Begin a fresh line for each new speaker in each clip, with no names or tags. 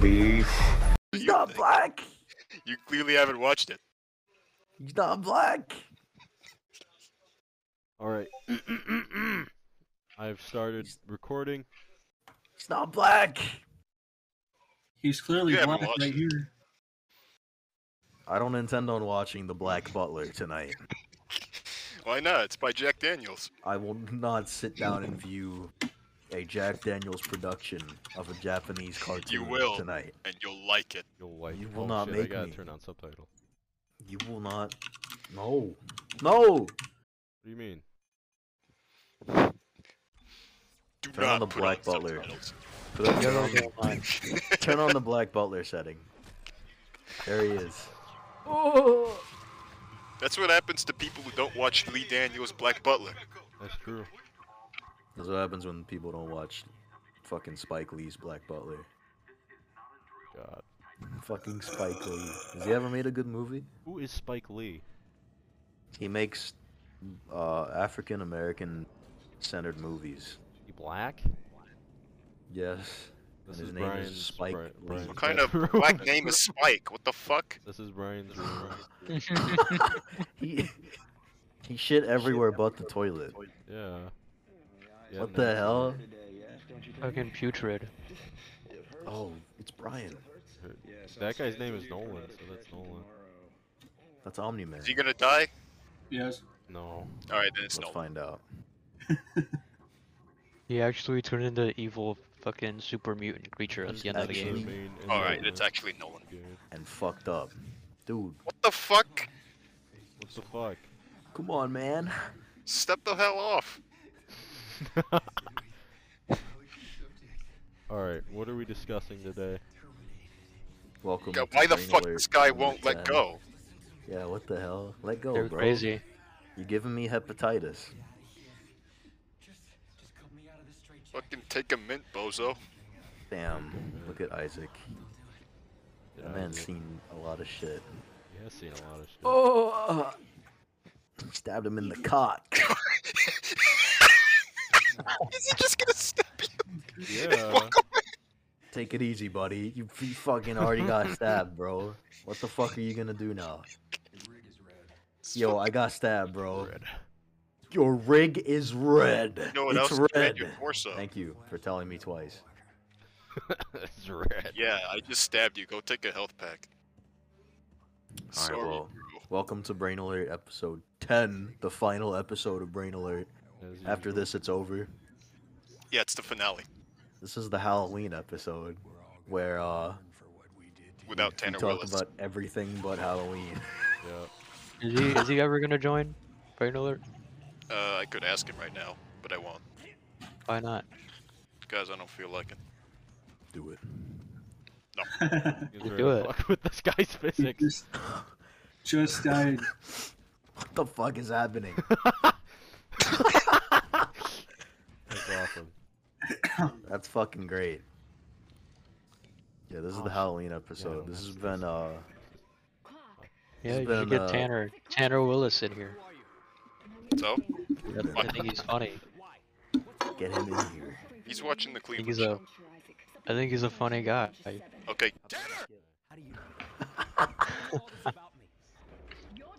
not black.
You clearly haven't watched it.
He's not black.
All right. I've started recording.
He's not black.
He's clearly
You haven't
black
watched
right
it.
here.
I don't intend on watching The Black Butler tonight.
Why not? It's by Jack Daniels.
I will not sit down and view a Jack Daniels production of a Japanese cartoon
will.
tonight.
and you'll like it.
You'll like.
You will
oh,
not
shit, I
make
gotta
me.
turn on subtitle.
You will not. No. No!
What do you mean?
Do
Turn on
not
the
put
Black
on
Butler.
subtitles.
Put up-
You're not going on.
Turn on the Black Butler setting. There he is.
That's what happens to people who don't watch Lee Daniels' Black Butler.
That's true.
That's what happens when people don't watch fucking Spike Lee's Black Butler.
God.
Fucking Spike Lee. Has he ever made a good movie?
Who is Spike Lee?
He makes uh, African American centered movies.
He black?
Yes.
This
his
is
name is
Brian's
Spike
Bri-
Lee.
Brian's
What kind
bad
of
room.
black name is Spike? What the fuck?
This is Brian's room.
He he shit everywhere but the toilet.
Yeah. Yeah,
What
no.
the hell?
Fucking putrid.
Oh, it's Brian.
That guy's name is Nolan, so that's Nolan.
That's Omni Man.
Is he gonna die?
Yes.
No.
Alright, then it's
Let's
no.
find out.
He actually turned into evil fucking super mutant creature at the end of the
He's
Actually-
game.
main enemy
Alright,
of
it's
the
actually Nolan.
game.
And fucked up. Dude,
What the fuck?
What the fuck?
come on, man.
Step the hell off.
Alright, what are we discussing today?
Welcome.
God,
to
why the
Green
fuck
Alert
this guy
number
won't
10.
let go?
Yeah, what the hell? Let go,
They're
bro.
crazy.
You're giving me hepatitis.
Fucking take a mint, bozo.
Damn. Look at Isaac.
Yeah,
That man's
dude,
seen a lot of shit.
He has seen a lot of shit.
Oh! Stabbed him in the cock.
Is he just gonna step you?
Yeah.
Take it easy, buddy. You, you fucking already got stabbed, bro. What the fuck are you gonna do now? Yo, I got stabbed, bro. Your rig is red.
You know what
it's
else?
red.
is red? Your torso.
Thank you for telling me twice.
it's red.
Yeah, I just stabbed you. Go take a health pack. Sorry,
well.
bro.
Welcome to Brain Alert episode 10, the final episode of Brain Alert.
As
After
usual.
this, it's over.
Yeah, it's the finale
This is the Halloween episode where uh,
without
we
Tanner
talk
Willis.
about everything but Halloween.
Yeah.
Is he is he ever gonna join? Brain alert?
Uh, I could ask him right now, but I won't.
Why not?
Guys, I don't feel like it.
Do it.
You
You
guys
do
are
it.
Fuck with this guy's
He
physics.
just, just died.
What the fuck is happening?
That's awesome.
That's fucking great. Yeah, this is the
Awesome.
Halloween
Yeah, I
episode.
don't
this has
have
been uh
Yeah, you
been,
should get
uh,
Tanner Tanner Willis in here.
So
I think he's funny.
get him in here.
he's watching the
I
Cleveland.
think he's a I think he's a funny guy.
Okay.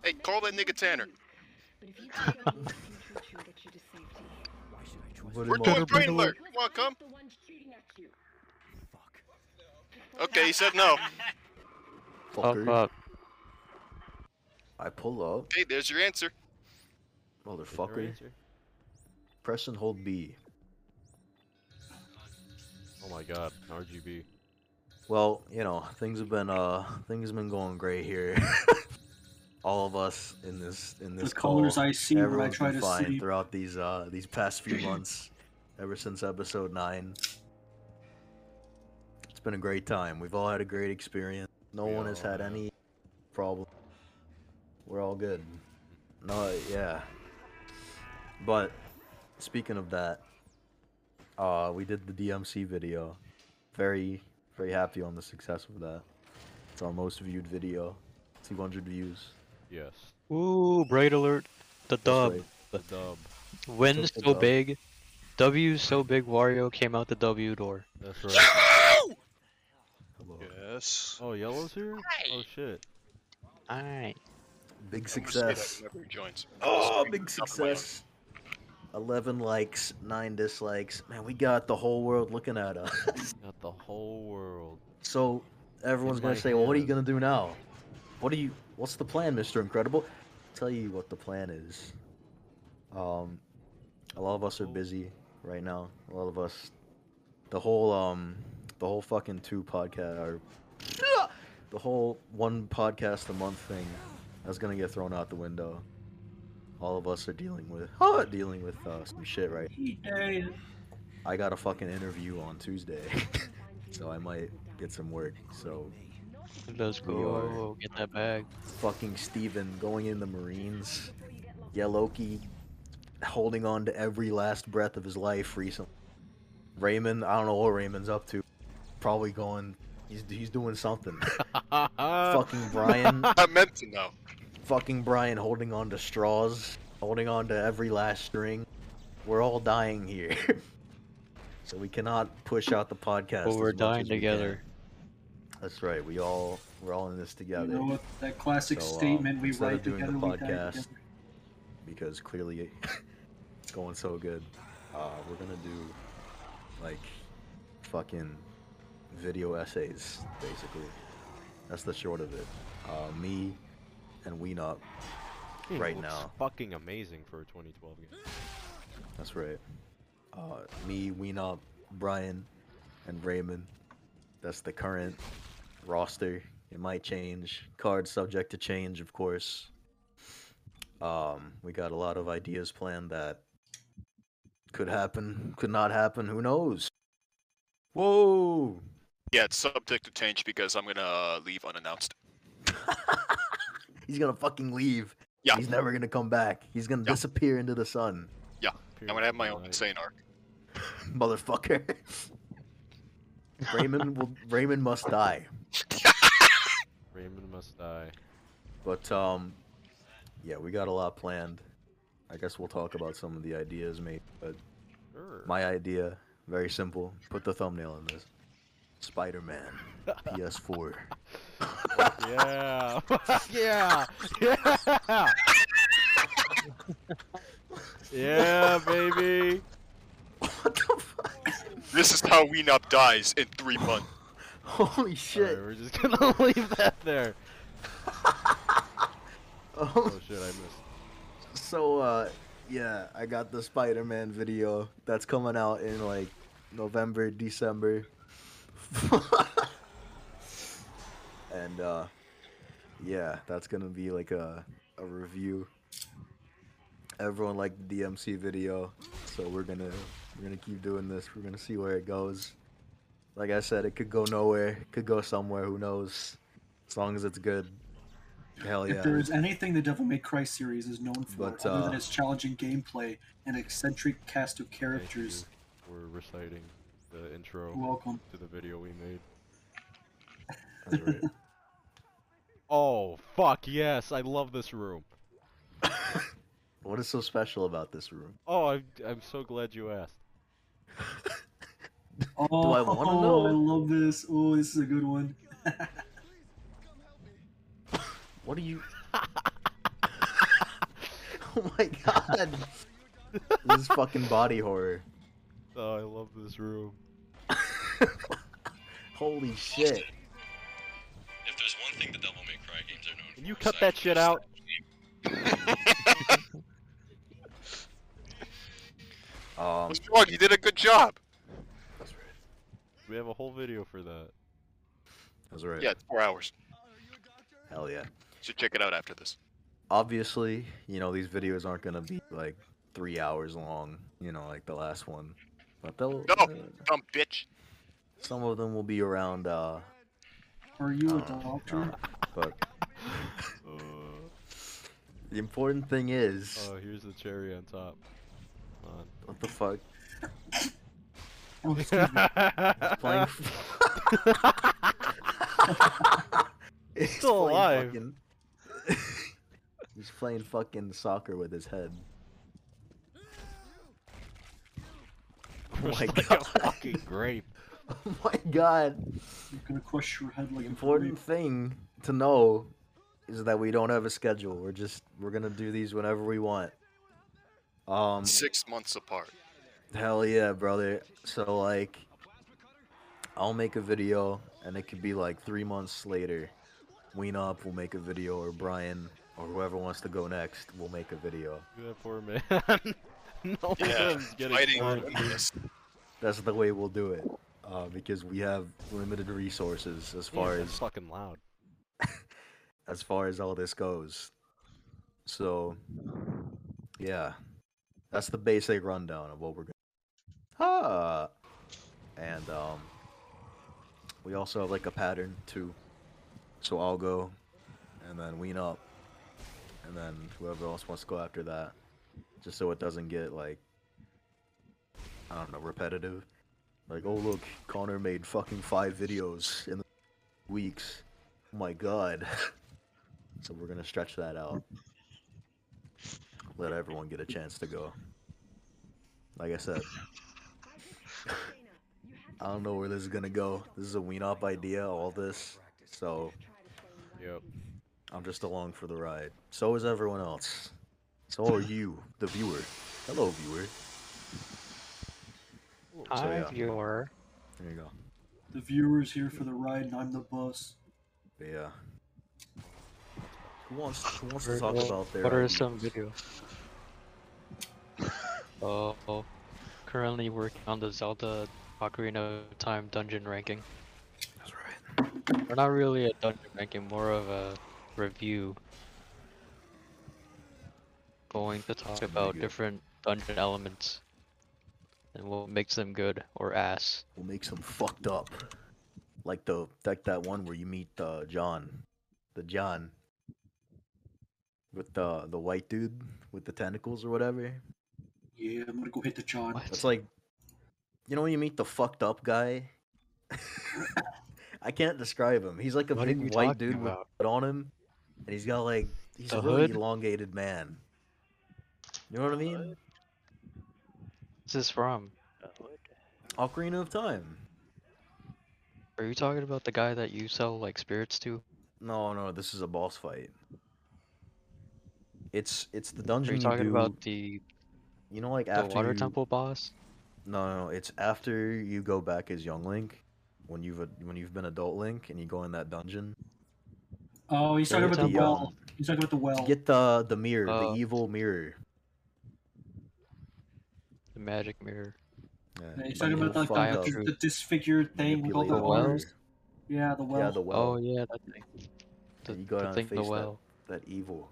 Hey, call that nigga Tanner.
Put
We're
him
doing
on-
brain alert. Come on, come. Okay, he said no.
Fuck
fucker.
up.
I pull up,
Hey, there's your answer.
motherfucker. Press and hold B.
Oh my god, RGB.
Well, you know, things have been uh things have been going great here. All of us in this in
The
this call.
colors I see when I
everyone's
try
been
to
fine
sleep.
throughout these uh these past few months, ever since episode nine. It's been a great time. We've all had a great experience. No
We
one has
all
had
have.
any problem. We're all good. No, yeah. But speaking of that, uh, we did the DMC video. Very, very happy on the success of that. It's our most viewed video. 200 views.
Yes.
Ooh, brain alert. The
That's
dub.
right.
The dub.
Win
Just the
so
dub.
big. W so big Wario came out the W door.
That's right.
Hello.
Yes.
Yes.
Oh, yellow's here? Oh shit.
Alright.
Big
I'm gonna say that
success.
whenever he joins.
Oh,
Scream
big
at the top of my lungs.
success. 11 likes, 9 dislikes. Man, we got the whole world looking at us.
Got the whole world.
So everyone's
In
gonna
my
say, "Well, what are you
hand.
gonna do now? What do you? What's the plan, Mister Incredible?" tell you what the plan is. Um, a lot of us are
Oh.
busy right now. A lot of us, the whole um, the whole fucking two podcast or the whole one podcast a month thing, that's gonna get thrown out the window. All of us are dealing with dealing with uh, some shit right
Hey,
I got a fucking interview on Tuesday, so I might get some work. So
Let's
We are-
go. Get that bag.
fucking Steven going in the Marines, yeah Loki, holding on to every last breath of his life recently. Raymond, I don't know what Raymond's up to. Probably going, he's he's doing something.
Uh.
fucking Brian,
I meant to know.
fucking Brian holding on to straws, holding on to every last string. We're all dying here. So we cannot push out the podcast.
But
as
we're
much
dying
as we can.
together.
That's right. We all we're all in this
you
together
know what, that classic
So, um,
statement we
instead of
write
doing the
together, we die
podcast,
together.
because clearly it's going so good. Uh, we're gonna do like fucking video essays, basically. That's the short of it. Uh, me and we not.
Game
right
looks
now.
Fucking amazing for a 2012 game.
That's right. Uh, me, we not, Brian, and Raymond. That's the current roster. It might change. Cards subject to change, of course. Um, we got a lot of ideas planned that could happen, could not happen. Who knows? Whoa!
Yeah, it's subject to change because I'm gonna uh, leave unannounced.
He's gonna fucking leave.
Yeah.
He's never gonna come back. He's gonna
Yeah.
disappear into the sun,
I'm gonna have my own insane arc.
motherfucker. Raymond will. Raymond must die.
Raymond must die.
But um, yeah, we got a lot planned. I guess we'll talk about some of the ideas, mate. But
Sure.
my idea, very simple. Put the thumbnail in this. Spider-Man, PS4.
Yeah. yeah. Yeah. yeah, baby.
what the fuck?
This is how we not dies in three months.
Holy
Alright,
shit!
we're just gonna leave that there.
Oh,
Oh shit, I missed.
so uh, yeah, I got the Spider-Man video that's coming out in like November, December. and uh, yeah, that's gonna be like a a review. Everyone liked the DMC video, so we're gonna we're gonna keep doing this. We're gonna see where it goes. Like I said, it could go nowhere, it could go somewhere. Who knows? As long as it's good. Hell
If
yeah.
there is anything the Devil May Cry series is known for,
But,
other
uh,
than its challenging gameplay and eccentric cast of
Thank
characters,
you. We're reciting the intro
you're welcome.
to the video we made.
That's right.
Oh fuck yes, I love this room.
What is so special about this room?
Oh, I'm, I'm so glad you asked.
Oh,
I wanna know?
I love this. Oh, this is a good one.
What are you? oh my god! this is fucking body horror.
Oh, I love this room.
Holy shit!
If there's one thing the Devil May Cry games are known
Can
for,
you
it's
cut that
actually
shit out?
Um,
What's wrong? You did a good job.
We have a whole video for that.
that's right.
Yeah, it's four hours.
Hell yeah.
Should check it out after this.
Obviously, you know these videos aren't gonna be like three hours long. You know, like the last one, but they'll.
No.
uh,
Dumb bitch.
some of them will be around. Uh,
Are you a
I don't know,
doctor?
um, but
Uh,
the important thing is,
oh, here's the cherry on top. Come on.
what the fuck?
Oh, excuse me.
Playing.
Playing
He's
Still
playing
alive.
fucking- He's playing fucking soccer with his head. Oh my
like
god.
Oh
a fucking grape.
Oh my god.
I'm gonna crush your head like
The
a
important thing to know is that we don't have a schedule. We're just we're gonna do these whenever we want. Um
Six months apart.
hell yeah, brother. So like I'll make a video and it could be like three months later. Wean up, we'll make a video, or Brian or whoever wants to go next, will make a video.
Do that for me. no
Yeah,
one's getting
fighting
hurt.
endless.
That's the way we'll do it. Uh, because we have limited resources as far
Damn,
as
that's fucking loud.
as far as all this goes. So, yeah, that's the basic rundown of what we're going. Ah, and um, we also have like a pattern too. So I'll go, and then wean up, and then whoever else wants to go after that, just so it doesn't get like I don't know repetitive. Like, oh look, Connor made fucking five videos in the weeks. Oh my god. So we're gonna stretch that out. Let everyone get a chance to go. Like I said, I don't know where this is gonna go. This is a wean up idea, all this. So
Yep.
I'm just along for the ride. So is everyone else. So are you, the viewer. Hello, viewer.
Hi,
yeah.
viewer.
There you go.
The viewer's here for the ride, and I'm the bus.
But yeah. Who wants, who wants to talk
What-
about their um,
What are
ideas?
some video? Oh, oh. currently working on the Zelda Ocarina of Time dungeon ranking.
That's right.
Or not really a dungeon ranking, more of a review. Going to talk
Something
about
good.
different dungeon elements and what makes them good or ass.
We'll make some fucked up. Like the like that one where you meet uh, John, the John, with the the white dude with the tentacles or whatever.
Yeah, I'm gonna go hit the John.
What?
It's like, you know, when you meet the fucked up guy. I can't describe him. He's like a
What are you
big white
talking
dude with
about?
with on him, and he's got like he's
The
a really
hood?
elongated man. You know what I mean?
What's this from?
Ocarina of Time.
Are you talking about the guy that you sell like spirits to?
No, no, this is a boss fight. It's it's the dungeon.
Are you talking
do-
about the,
You know, like
the
after
water
you-
temple boss?
No, no, it's after you go back as young Link, when you've a, when you've been adult Link, and you go in that dungeon.
Oh, he's talking
Hey,
about the
John.
well. He's talking about the well.
You get the the mirror,
Oh.
the evil mirror.
The magic mirror.
Yeah,
Yeah, he's
the
talking about
evil
like
fucked
up.
the,
True.
the, the disfigured thing with all the
manipulated
The well?
arms. Yeah, the well.
Yeah, the
Oh
well.
yeah, that thing. The,
you go
the
down and
thing, the
face that
well.
That evil.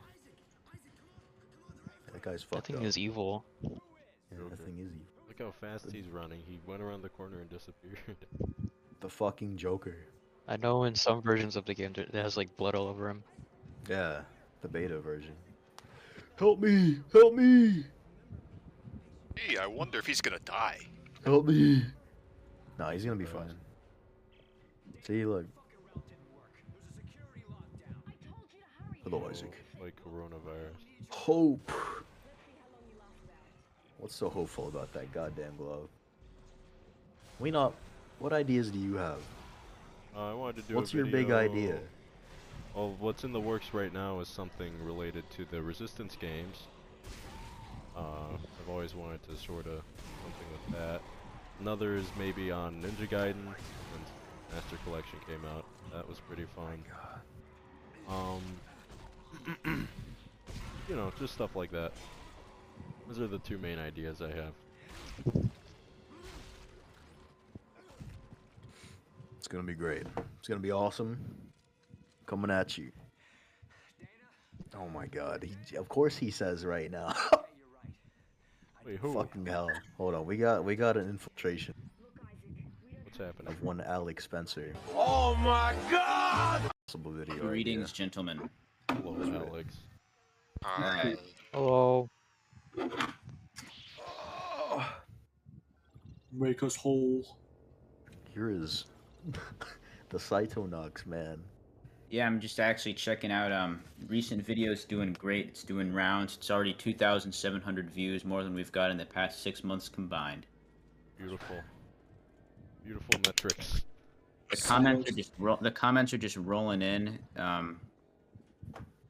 That guy's
That
fucked
thing
up.
is evil.
Yeah, that thing is evil.
Look how fast he's running. He went around the corner and disappeared.
The fucking Joker.
I know in some versions of the game there- it has like blood all over him.
Yeah, the beta version. Help me! Help me!
Hey, I wonder if he's gonna die.
Help me! Nah, he's gonna be
Right.
fine. See, look, hello Isaac.
Like coronavirus.
Hope. What's so hopeful about that goddamn glove? We not. What ideas do you have?
Uh, I wanted to do. a
What's your big idea?
video- Well, what's in the works right now is something related to the Resistance games. Uh, I've always wanted to sort of something with that. Another is maybe on Ninja Gaiden, since Master Collection came out. That was pretty
Oh
fun. Um, you know, just stuff like that. Those are the two main ideas I have.
It's gonna be great. It's gonna be awesome. Coming at you. Oh my god. He, of course he says right now.
Wait, who?
Fucking hell. Hold on. We got we got an infiltration
What's happening?
of one Alex Spencer. Oh my god. Possible video. idea.
Greetings, gentlemen.
Hello,
That's right.
Alex.
Alright.
Hello.
Make us whole.
Here is the Cytonox man.
Yeah, I'm just actually checking out um recent videos doing great. It's doing rounds. It's already 2,700 views, more than we've got in the past 6 months combined.
Beautiful. Beautiful metrics.
The comments are just ro- the comments are just rolling in. Um,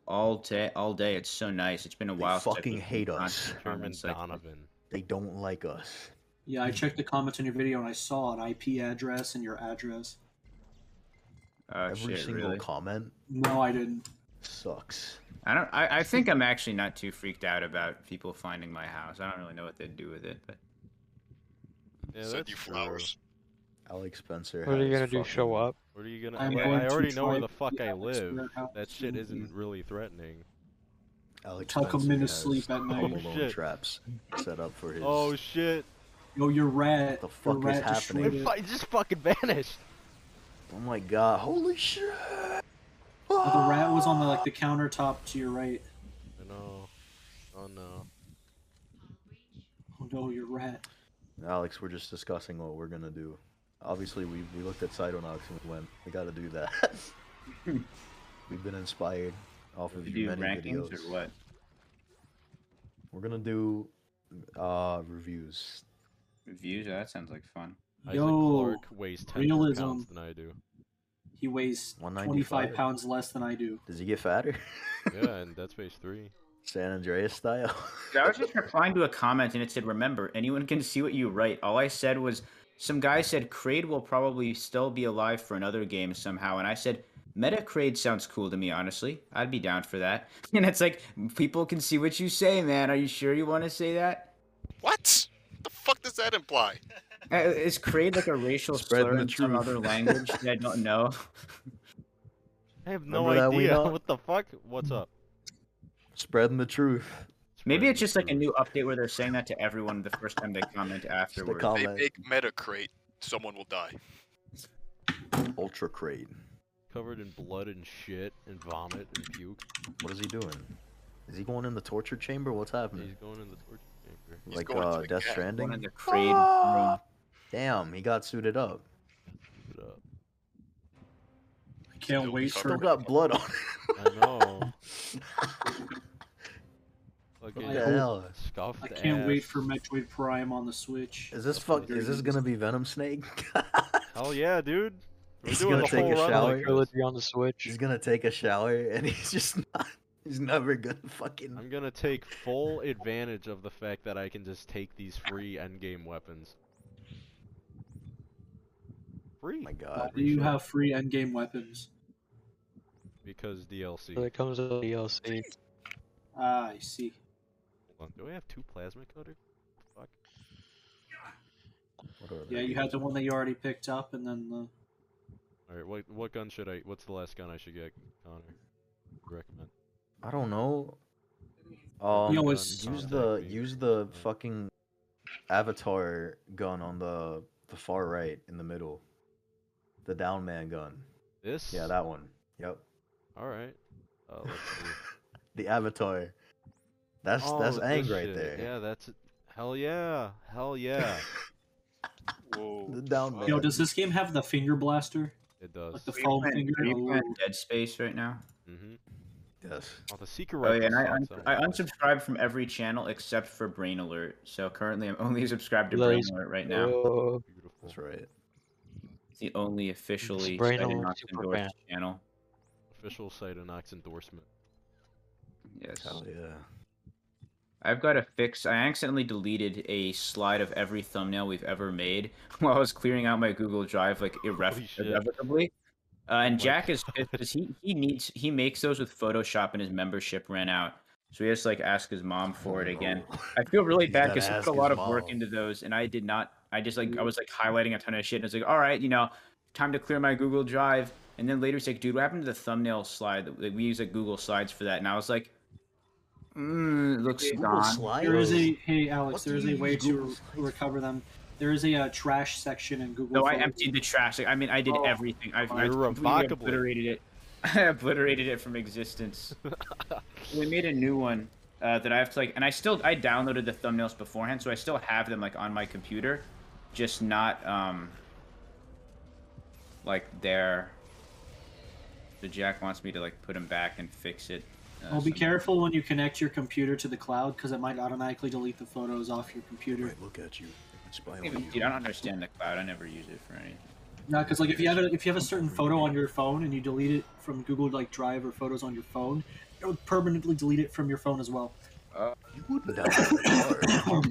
all day, all day. It's so nice. It's been a
They
while. since I've
fucking
looked at
hate
the
us.
comments.
Sherman
It's like-
Donovan.
They don't like us.
Yeah, I
Hmm.
checked the comments on your video and I saw an IP address and your address.
Oh,
Every
shit,
single
really?
comment
No, I didn't.
sucks.
I don't. I, I think I'm actually not too freaked out about people finding my house. I don't really know what they'd do with it, but
Yeah,
Send
that's
you
true.
flowers.
Alex Spencer.
What are you
has
gonna do? Show
fucking-
up?
What are you gonna?
I'm
well,
going
I
to
already know where
try
the fuck
the
I
Alex
live.
Blair house
That shit
and-
isn't really threatening.
Alex
Tuck 'em
Spencer
in to
has
sleep at night.
Provolone
shit.
traps set up for his.
Oh shit!
Yo, your rat.
The
your
fuck is
rat
happening?
destroyed
It
it.
fu- just fucking vanished.
oh my god! Holy shit! Ah!
Oh, the rat was on the like the countertop to your right.
I know. Oh no.
Oh no, your rat.
Alex, we're just discussing what we're gonna do. Obviously, we, we looked at Cytonox and we went, we gotta do that. We've been inspired off of
we
your
do
many
rankings
videos.
or what?
We're gonna do uh, reviews.
Reviews? Oh, that sounds like fun.
Yo,
Isaac Clark weighs ten more pounds
realism.
than I do.
He weighs
195.
25 pounds less than I do.
Does he get fatter?
Yeah, and Dead Space Three.
San Andreas style.
I was just replying to a comment and it said, "Remember, anyone can see what you write." All I said was, "Some guy said Kraid will probably still be alive for another game somehow," and I said, "Meta Kraid sounds cool to me, honestly. I'd be down for that." And it's like, people can see what you say, man. Are you sure you want to say that?
What? The fuck does that imply?
Uh, Is Kraid like a racial
Spreading
slur
the
in some
truth.
other language that I don't know?
I have no
Remember that Wii
idea.
Dog?
What the fuck? What's up?
Spreading the truth.
Maybe
Spread
it's just like
the
a new update where they're saying that to everyone the first time they comment
Just a
afterwards.
They
comment.
make meta crate, someone will die.
Ultra crate.
truth. covered in blood and shit and vomit and puke.
What is he doing? Is he going in the torture chamber? What's
He's
happening?
going in the torture chamber.
he's
like
going to
uh,
the
Death
cat.
One in
Stranding.
the Kraid room.
Damn, he got suited up.
Put up.
I can't
Still
wait
Still
for
covered.
got blood on.
I know. Fucking
What the hell?
Scuffed
I can't wait
ass.
for Metroid Prime on the Switch.
Is this fuck? Is this gonna be Venom Snake?
Hell yeah, dude. We're
He's
doing
gonna
the
take
whole
a
run
shower.
like this.
Trilogy on the Switch.
he's gonna take a shower and he's just not. He's never gonna fucking. oh
I'm gonna take full advantage of the fact that I can just take these free endgame weapons. Free.
my
Why
god.
do you have free endgame weapons?
Because DLC.
So it comes with the DLC.
Ah, I see.
Hold on, Do I have two plasma cutter? Fuck.
What are
Yeah,
they?
you had the one that you already picked up, and then the
All right. What what gun should I? What's the last gun I should get, Connor? Recommend.
I don't know. Um,
You always-
use
Contact
the
me.
use the
Yeah.
fucking avatar gun on the the far right in the middle. The down man gun.
This.
Yeah, that one. Yep.
All right. Uh, let's see.
The avatar. That's that's
Oh,
Ang
this
right
shit.
there.
Yeah, that's. Hell yeah. Hell yeah.
Whoa.
The down
fuck.
man.
yo, does this game have the finger blaster?
it
Like
does.
the
Are you
foam
playing-
finger?
are you playing
Ooh.
Dead Space right now?
Mm-hmm.
Yes.
Oh, the secret
Oh, yeah,
weapon
and I,
sucks,
un-
don't
I
like it.
unsubscribed from every channel except for Brain Alert. So currently, I'm only subscribed to Brain
Nice.
Alert right now.
Oh,
Beautiful.
That's right.
It's the only officially
Brain
cited
Alert
not
super
endorsed
fan.
channel.
Official Cytonox endorsement.
Yes.
Hell yeah.
I've got to fix. I accidentally deleted a slide of every thumbnail we've ever made while I was clearing out my Google Drive, like
Holy
irref-
shit. Oh
irrevocably. Uh, and
my
Jack is because he he needs he makes those with Photoshop, and his membership ran out, so he has to like ask his mom for it again. I feel really
He's
bad
gotta
because I
ask
put a
his
lot of work
mom. Mm.
into those, and I did not. I just like I was like highlighting a ton of shit, and it's like, all right, you know, time to clear my Google Drive. And then later it's like, dude, what happened to the thumbnail slide? that- Like, we use like Google Slides for that, and I was like, mm, it looks
Google
gone.
Slidos.
Oh. There is a hey Alex.
What
There
do
is a
you
way
use
to
Google
re-
Slides
recover them. There is a uh, trash section in Google.
No, I
Photos.
emptied the trash. Like, I mean, I did
Oh,
everything. I, I
you're
completely
remarkable.
obliterated it. I obliterated it from existence. we made a new one uh, that I have to like, and I still I downloaded the thumbnails beforehand, so I still have them like on my computer, just not um like there. So Jack wants me to like put them back and fix it. Uh,
Well, Oh, be
somehow.
careful when you connect your computer to the cloud because it might automatically delete the photos off your computer.
Right, look at you. Spy on
Even-
you.
Dude, I don't understand the cloud. I never use it for anything.
No, because like if you have a, if you have a certain photo on your phone and you delete it from Google like Drive or Photos on your phone, it would permanently delete it from your phone as well.
You wouldn't have.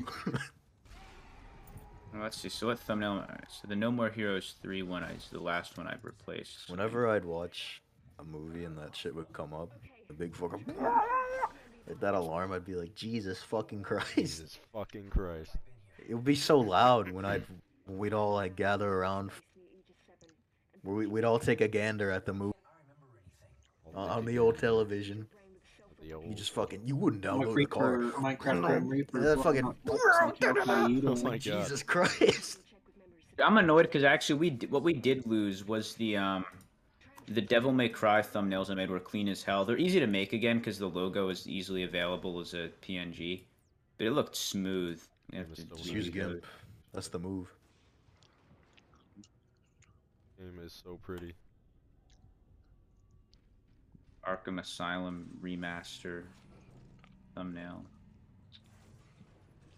Well, let's see. So what thumbnail? all right, So the No More Heroes three one is the last one I've replaced.
Whenever I'd watch a movie and that shit would come up, the big fucking like that alarm, I'd be like, Jesus fucking Christ!
Jesus fucking Christ.
It would be so loud when I'd when we'd all like gather around. Where we, we'd all take a gander at the movie
I'll
on,
take
on
it
the
down
old
with
television.
The old...
You just fucking you wouldn't
Minecraft
download the car.
Reaper- Minecraft Grim Reaper.
That fucking-
fucking.
Oh my god.
Jesus Christ!
I'm annoyed because actually we d- what we did lose was the um the Devil May Cry thumbnails I made were clean as hell. They're easy to make again because the logo is easily available as a PNG, but it looked smooth. I have
It was
to
still
Just
delete
use
the other-
GIMP. That's the move.
game is so pretty.
Arkham Asylum remaster thumbnail.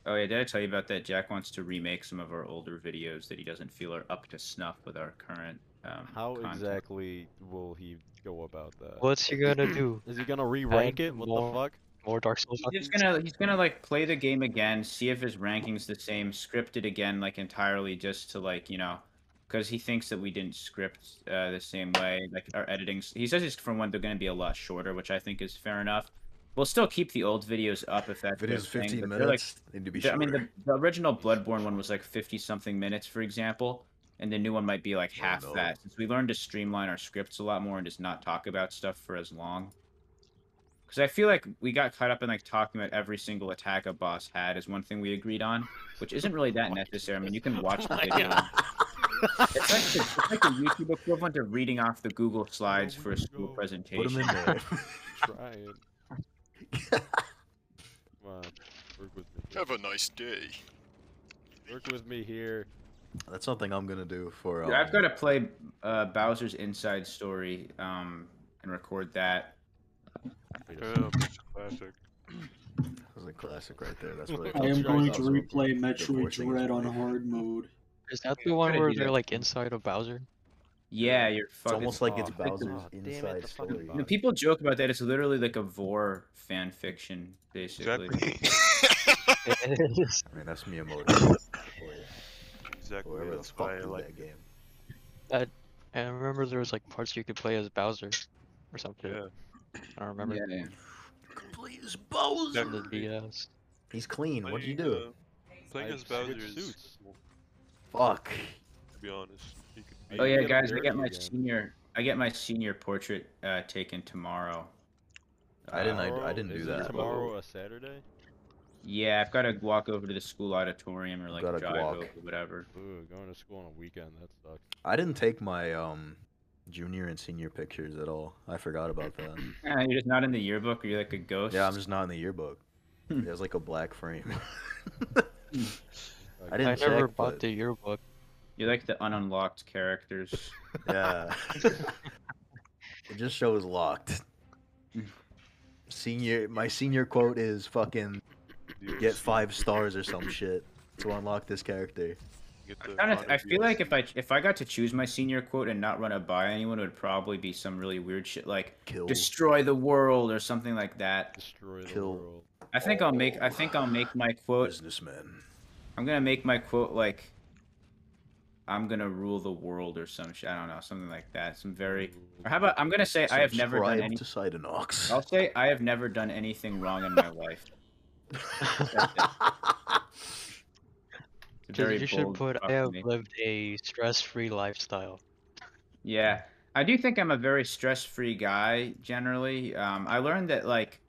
Oh yeah, did I tell you about that? Jack wants to remake some of our older videos that he doesn't feel are up to snuff with our current. Um,
How
content.
exactly will he go about that?
What's he gonna do?
Is he gonna re-rank
Add
it? What
more-
the fuck?
More Dark Souls?
He's
buttons?
just gonna he's gonna like play the game again, see if his ranking's the same, script it again like entirely just to like you know, because he thinks that we didn't script uh, the same way. Like our editing, he says it's from when they're gonna be a lot shorter, which I think is fair enough. We'll still keep the old videos up if that's
If it
their
is
thing,
15
but they're, like,
minutes, they need to be
the-
sure.
I mean, the, the original Bloodborne one was like 50 something minutes, for example, and the new one might be like
Oh,
half
no.
that. Since we learned to streamline our scripts a lot more and just not talk about stuff for as long. Because I feel like we got caught up in like talking about every single attack a boss had is one thing we agreed on, which isn't really that necessary. I mean, you can watch the video. and- It's like the, it's like the YouTube equivalent of reading off the Google slides for a school
go.
Put
presentation.
them in there.
Try it. Come on, work with me. here.
Have a nice day.
Work with me here.
That's something I'm gonna do for. Um,
Dude, I've got to play uh, Bowser's Inside Story um, and record that.
Wait a
Yeah, classic.
That's a classic right there. That's what
I
That's
am
right,
going
that
to
was
replay Metroid
divorcing his
Dread on
wife.
hard mode.
Is that the
I'm
one
gonna
where
do
they're
that.
like inside of Bowser?
Yeah, you're
It's
fucking.
almost like it's
Oh,
Bowser's
oh, damn it,
inside
the fucking
story.
Bowser.
You know, people joke about that. It's literally like a vor fan fiction, basically.
Exactly.
It is.
I mean, that's Miyamoto.
Exactly.
Whoever the
that's
fuck
why I
did
like
that game.
And I remember there was like parts you could play as Bowser or something.
Yeah.
I don't remember.
Yeah, yeah.
Complete as
from The
Bowser.
DS.
He's clean. What'd you
Playing,
do?
uh, Playing
I
as
switched
Bowser is
suits.
cool,
Fuck.
to be honest. He could
I
be
Oh
can
yeah,
get him
guys, I get
dirty
my
again.
senior. I get my senior portrait uh, taken tomorrow.
I didn't.
Uh,
I, I
Tomorrow-
didn't do
isn't
that.
Tomorrow a Saturday?
yeah, I've got to walk over to the school auditorium or like
Gotta
drive
walk.
over, whatever.
Ooh, going to school on a weekend. That sucks.
I didn't take my um junior and senior pictures at all. I forgot about that.
Ah, you're just not in the yearbook, or you're like a ghost.
Yeah, I'm just not in the yearbook. It has like a black frame. I
I
didn't check.
never bought
but-
the yearbook.
You're like the ununlocked characters.
Yeah. it just shows locked. Senior, my senior quote is fucking
DLC,
get five stars or some shit to unlock this character.
get the
I kinda-
final
I feel like
DLC.
if I if I got to choose my senior quote and not run it by anyone, it would probably be some really weird shit like
Kill.
"destroy the world" or something like that.
Destroy the
Kill.
world.
I think I'll make I think I'll make my quote.
businessman.
I'm gonna make my quote like I'm gonna rule the world or some shit. I don't know, something like that. Some very. Or how about I'm gonna say I have never done
Subscribe
any.
to Cydonox.
I'll say I have never done anything wrong in my life. It's a
Just-
very
you should
bold
put I have
proclamation.
lived a stress-free lifestyle.
Yeah, I do think I'm a very stress-free guy generally. Um, I learned that like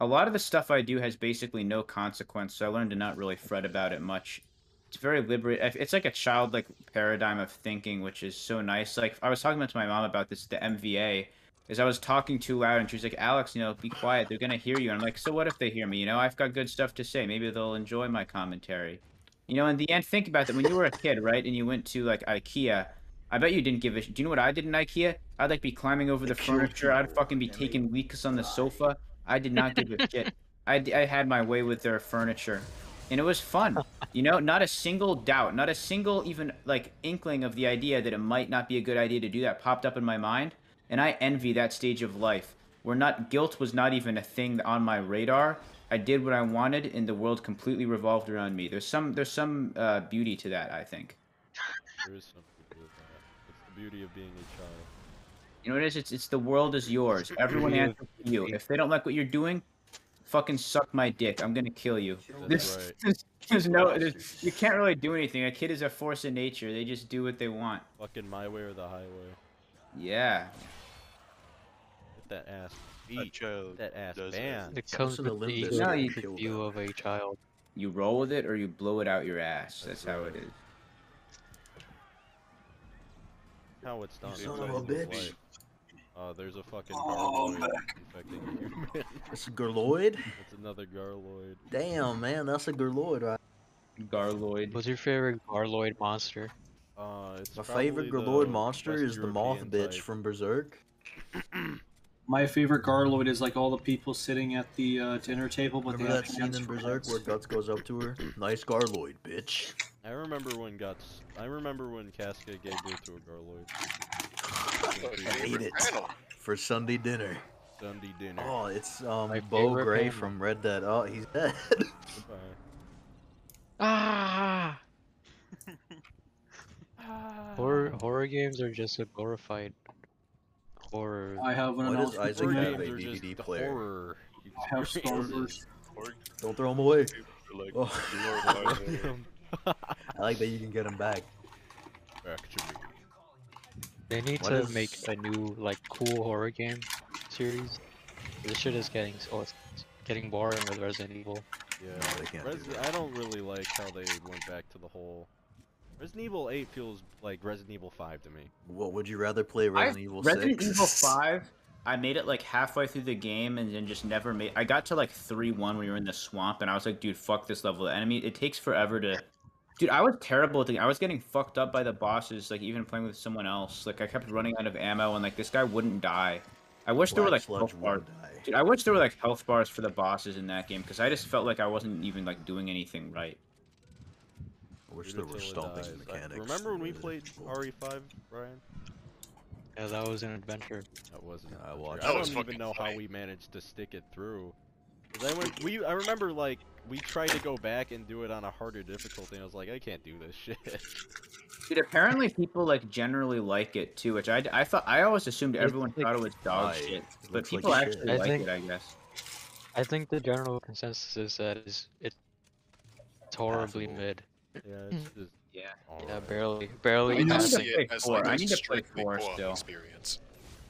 a lot of the stuff I do has basically no consequence, so I learned to not really fret about it much. It's very liberate. I- It's like a childlike paradigm of thinking, which is so nice. Like I was talking to my mom about this, the MVA, is I was talking too loud, and she was like, "Alex, you know, be quiet. They're gonna hear you." And I'm like, "So what if they hear me? You know, I've got good stuff to say. Maybe they'll enjoy my commentary." You know, in the end, think about that. When you were a kid, right, and you went to like IKEA, I bet you didn't give a. sh- Do you know what I did in IKEA? I'd like be climbing over the
killed
furniture. I'd
people
fucking be
and they
taking weeks on the sofa. I did not give a shit. I, d- I had my way with their furniture. and it was fun. you know, not a single doubt, not a single even like inkling of the idea that it might not be a good idea to do that popped up in my mind, and I envy that stage of life where not guilt was not even a thing on my radar. I did what I wanted, and the world completely revolved around me. There's some there's some uh, beauty to that, I think.
There is something to that. It's the beauty of being a child.
You know what it is? It's, it's the world is yours. Everyone
Yeah.
answers to you. If they don't like what you're doing, fucking suck my dick. I'm gonna kill you.
That's
This,
right.
there's, there's no, there's, you can't really do anything. A kid is a force of nature. They just do what they want.
Fucking my way or the highway.
Yeah.
Hit that ass.
A
Beat
child.
that ass.
does that.
Bam.
It
It's
comes
also
with
the limp
the
disc
No,
no,
that you-
killed
view
that.
of a child.
You roll with it or you blow it out your ass. That's,
That's
how
right.
it is.
How it's done.
Son
It's
of a
like-
bitch.
Uh, there's a fucking
Oh,
garloid infecting human.
It's a Gerloid?
That's another garloid.
Damn, man, that's a Gerloid. Right?
Garloid.
What's your favorite Garloid monster?
Uh, it's
My favorite
probably
Gerloid
the
monster
West
is the moth
European
bitch
type.
from Berserk.
My favorite Garloid is like all the people sitting at the uh, dinner table, but
Remember
they have
that scene
hands
in
for
Berserk
hands.
where Guts goes up to her? Nice Garloid, bitch.
I remember when guts. I remember when Casca gave birth to a garloid.
hate it. For Sunday dinner.
Sunday dinner.
Oh, it's um
My
Bo
favorite
Gray
animal.
from Red Dead. Oh, he's dead.
Goodbye.
Ah! horror
Uh,
horror games are just a glorified horror.
I have an
What is
announcement.
Isaac
to
Horror
have
make.
a
games are just
DVD
the
player?
horror
I have Star Wars.
Don't throw him away.
Like,
Oh.
glorified, uh,
I like that you can get him back.
Back to me.
They need
What
to
is-
make a new like cool horror game series. This shit is getting oh, it's it's getting boring with Resident Evil.
Yeah.
they can't do
Resident, I don't really like how they went back to the whole. Resident Evil 8 feels like Resident Evil 5 to me.
What would you rather play, Resident Evil Six?
Resident Evil 5, I made it like halfway through the game and then just never made I got to like 3 1 when you were in the swamp and I was like, dude, fuck this level of enemy. It takes forever to. Dude, I was terrible at the I was getting fucked up by the bosses, like even playing with someone else. Like I kept running out of ammo and like this guy wouldn't die. I wish there were
Black
like
Sludge
health bars.
won't die.
Dude, I wish there were like health bars for the bosses in that game because I just felt like I wasn't even like doing anything right.
I wish
Leave
there
it
were
till it
stomping
dies. I-
mechanics.
remember when we
for
played E
Resident Evil.
RE5, Brian?
Yeah, that was an adventure.
That wasn't.
Yeah, I
I
watched
I
That was
don't even
fucking
know how
funny.
we managed to stick it through. 'Cause I went, we, I remember like we tried to go back and do it on a harder difficulty. And I was like, I can't do this shit.
Dude, apparently people like generally like it too, which I, I thought I always assumed everyone
like
thought it was dog
pie.
shit,
It
but
looks like
people
shit.
actually
I
like
think-
it, I guess.
I think the general consensus is that is it's horribly
Passable.
mid.
yeah, it's
Hmm.
just
Yeah.
Yeah,
alright.
barely,
I
barely
need to
passing.
play four. I need to play four still.
Experience.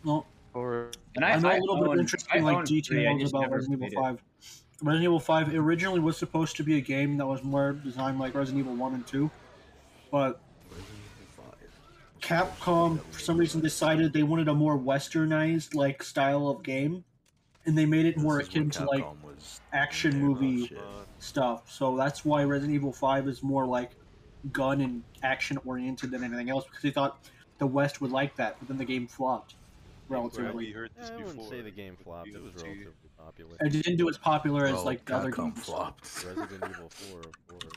No,
Horror.
And
I know
I
a little bit of
own- I
interesting like
own three, I
details
just
about
never
Resident Evil
played
Five. Resident Evil Five originally was supposed to be a game that was more designed like Resident Evil One and Two, but
Resident Evil 5.
Capcom for some reason decided they wanted a more westernized like style of game, and they made it more
This is when
akin to like
Capcom was
action
doing that
movie.
Oh, shit.
stuff. So that's why Resident Evil Five is more like gun and action oriented than anything else because they thought the West would like that, but then the game flopped
We
relatively.
heard this
I
before.
wouldn't say the game flopped. It was
DLC.
relatively popular.
It didn't do as popular as
Bro,
like the other
Oh, Capcom
games.
flopped.
Resident Evil 4, of course.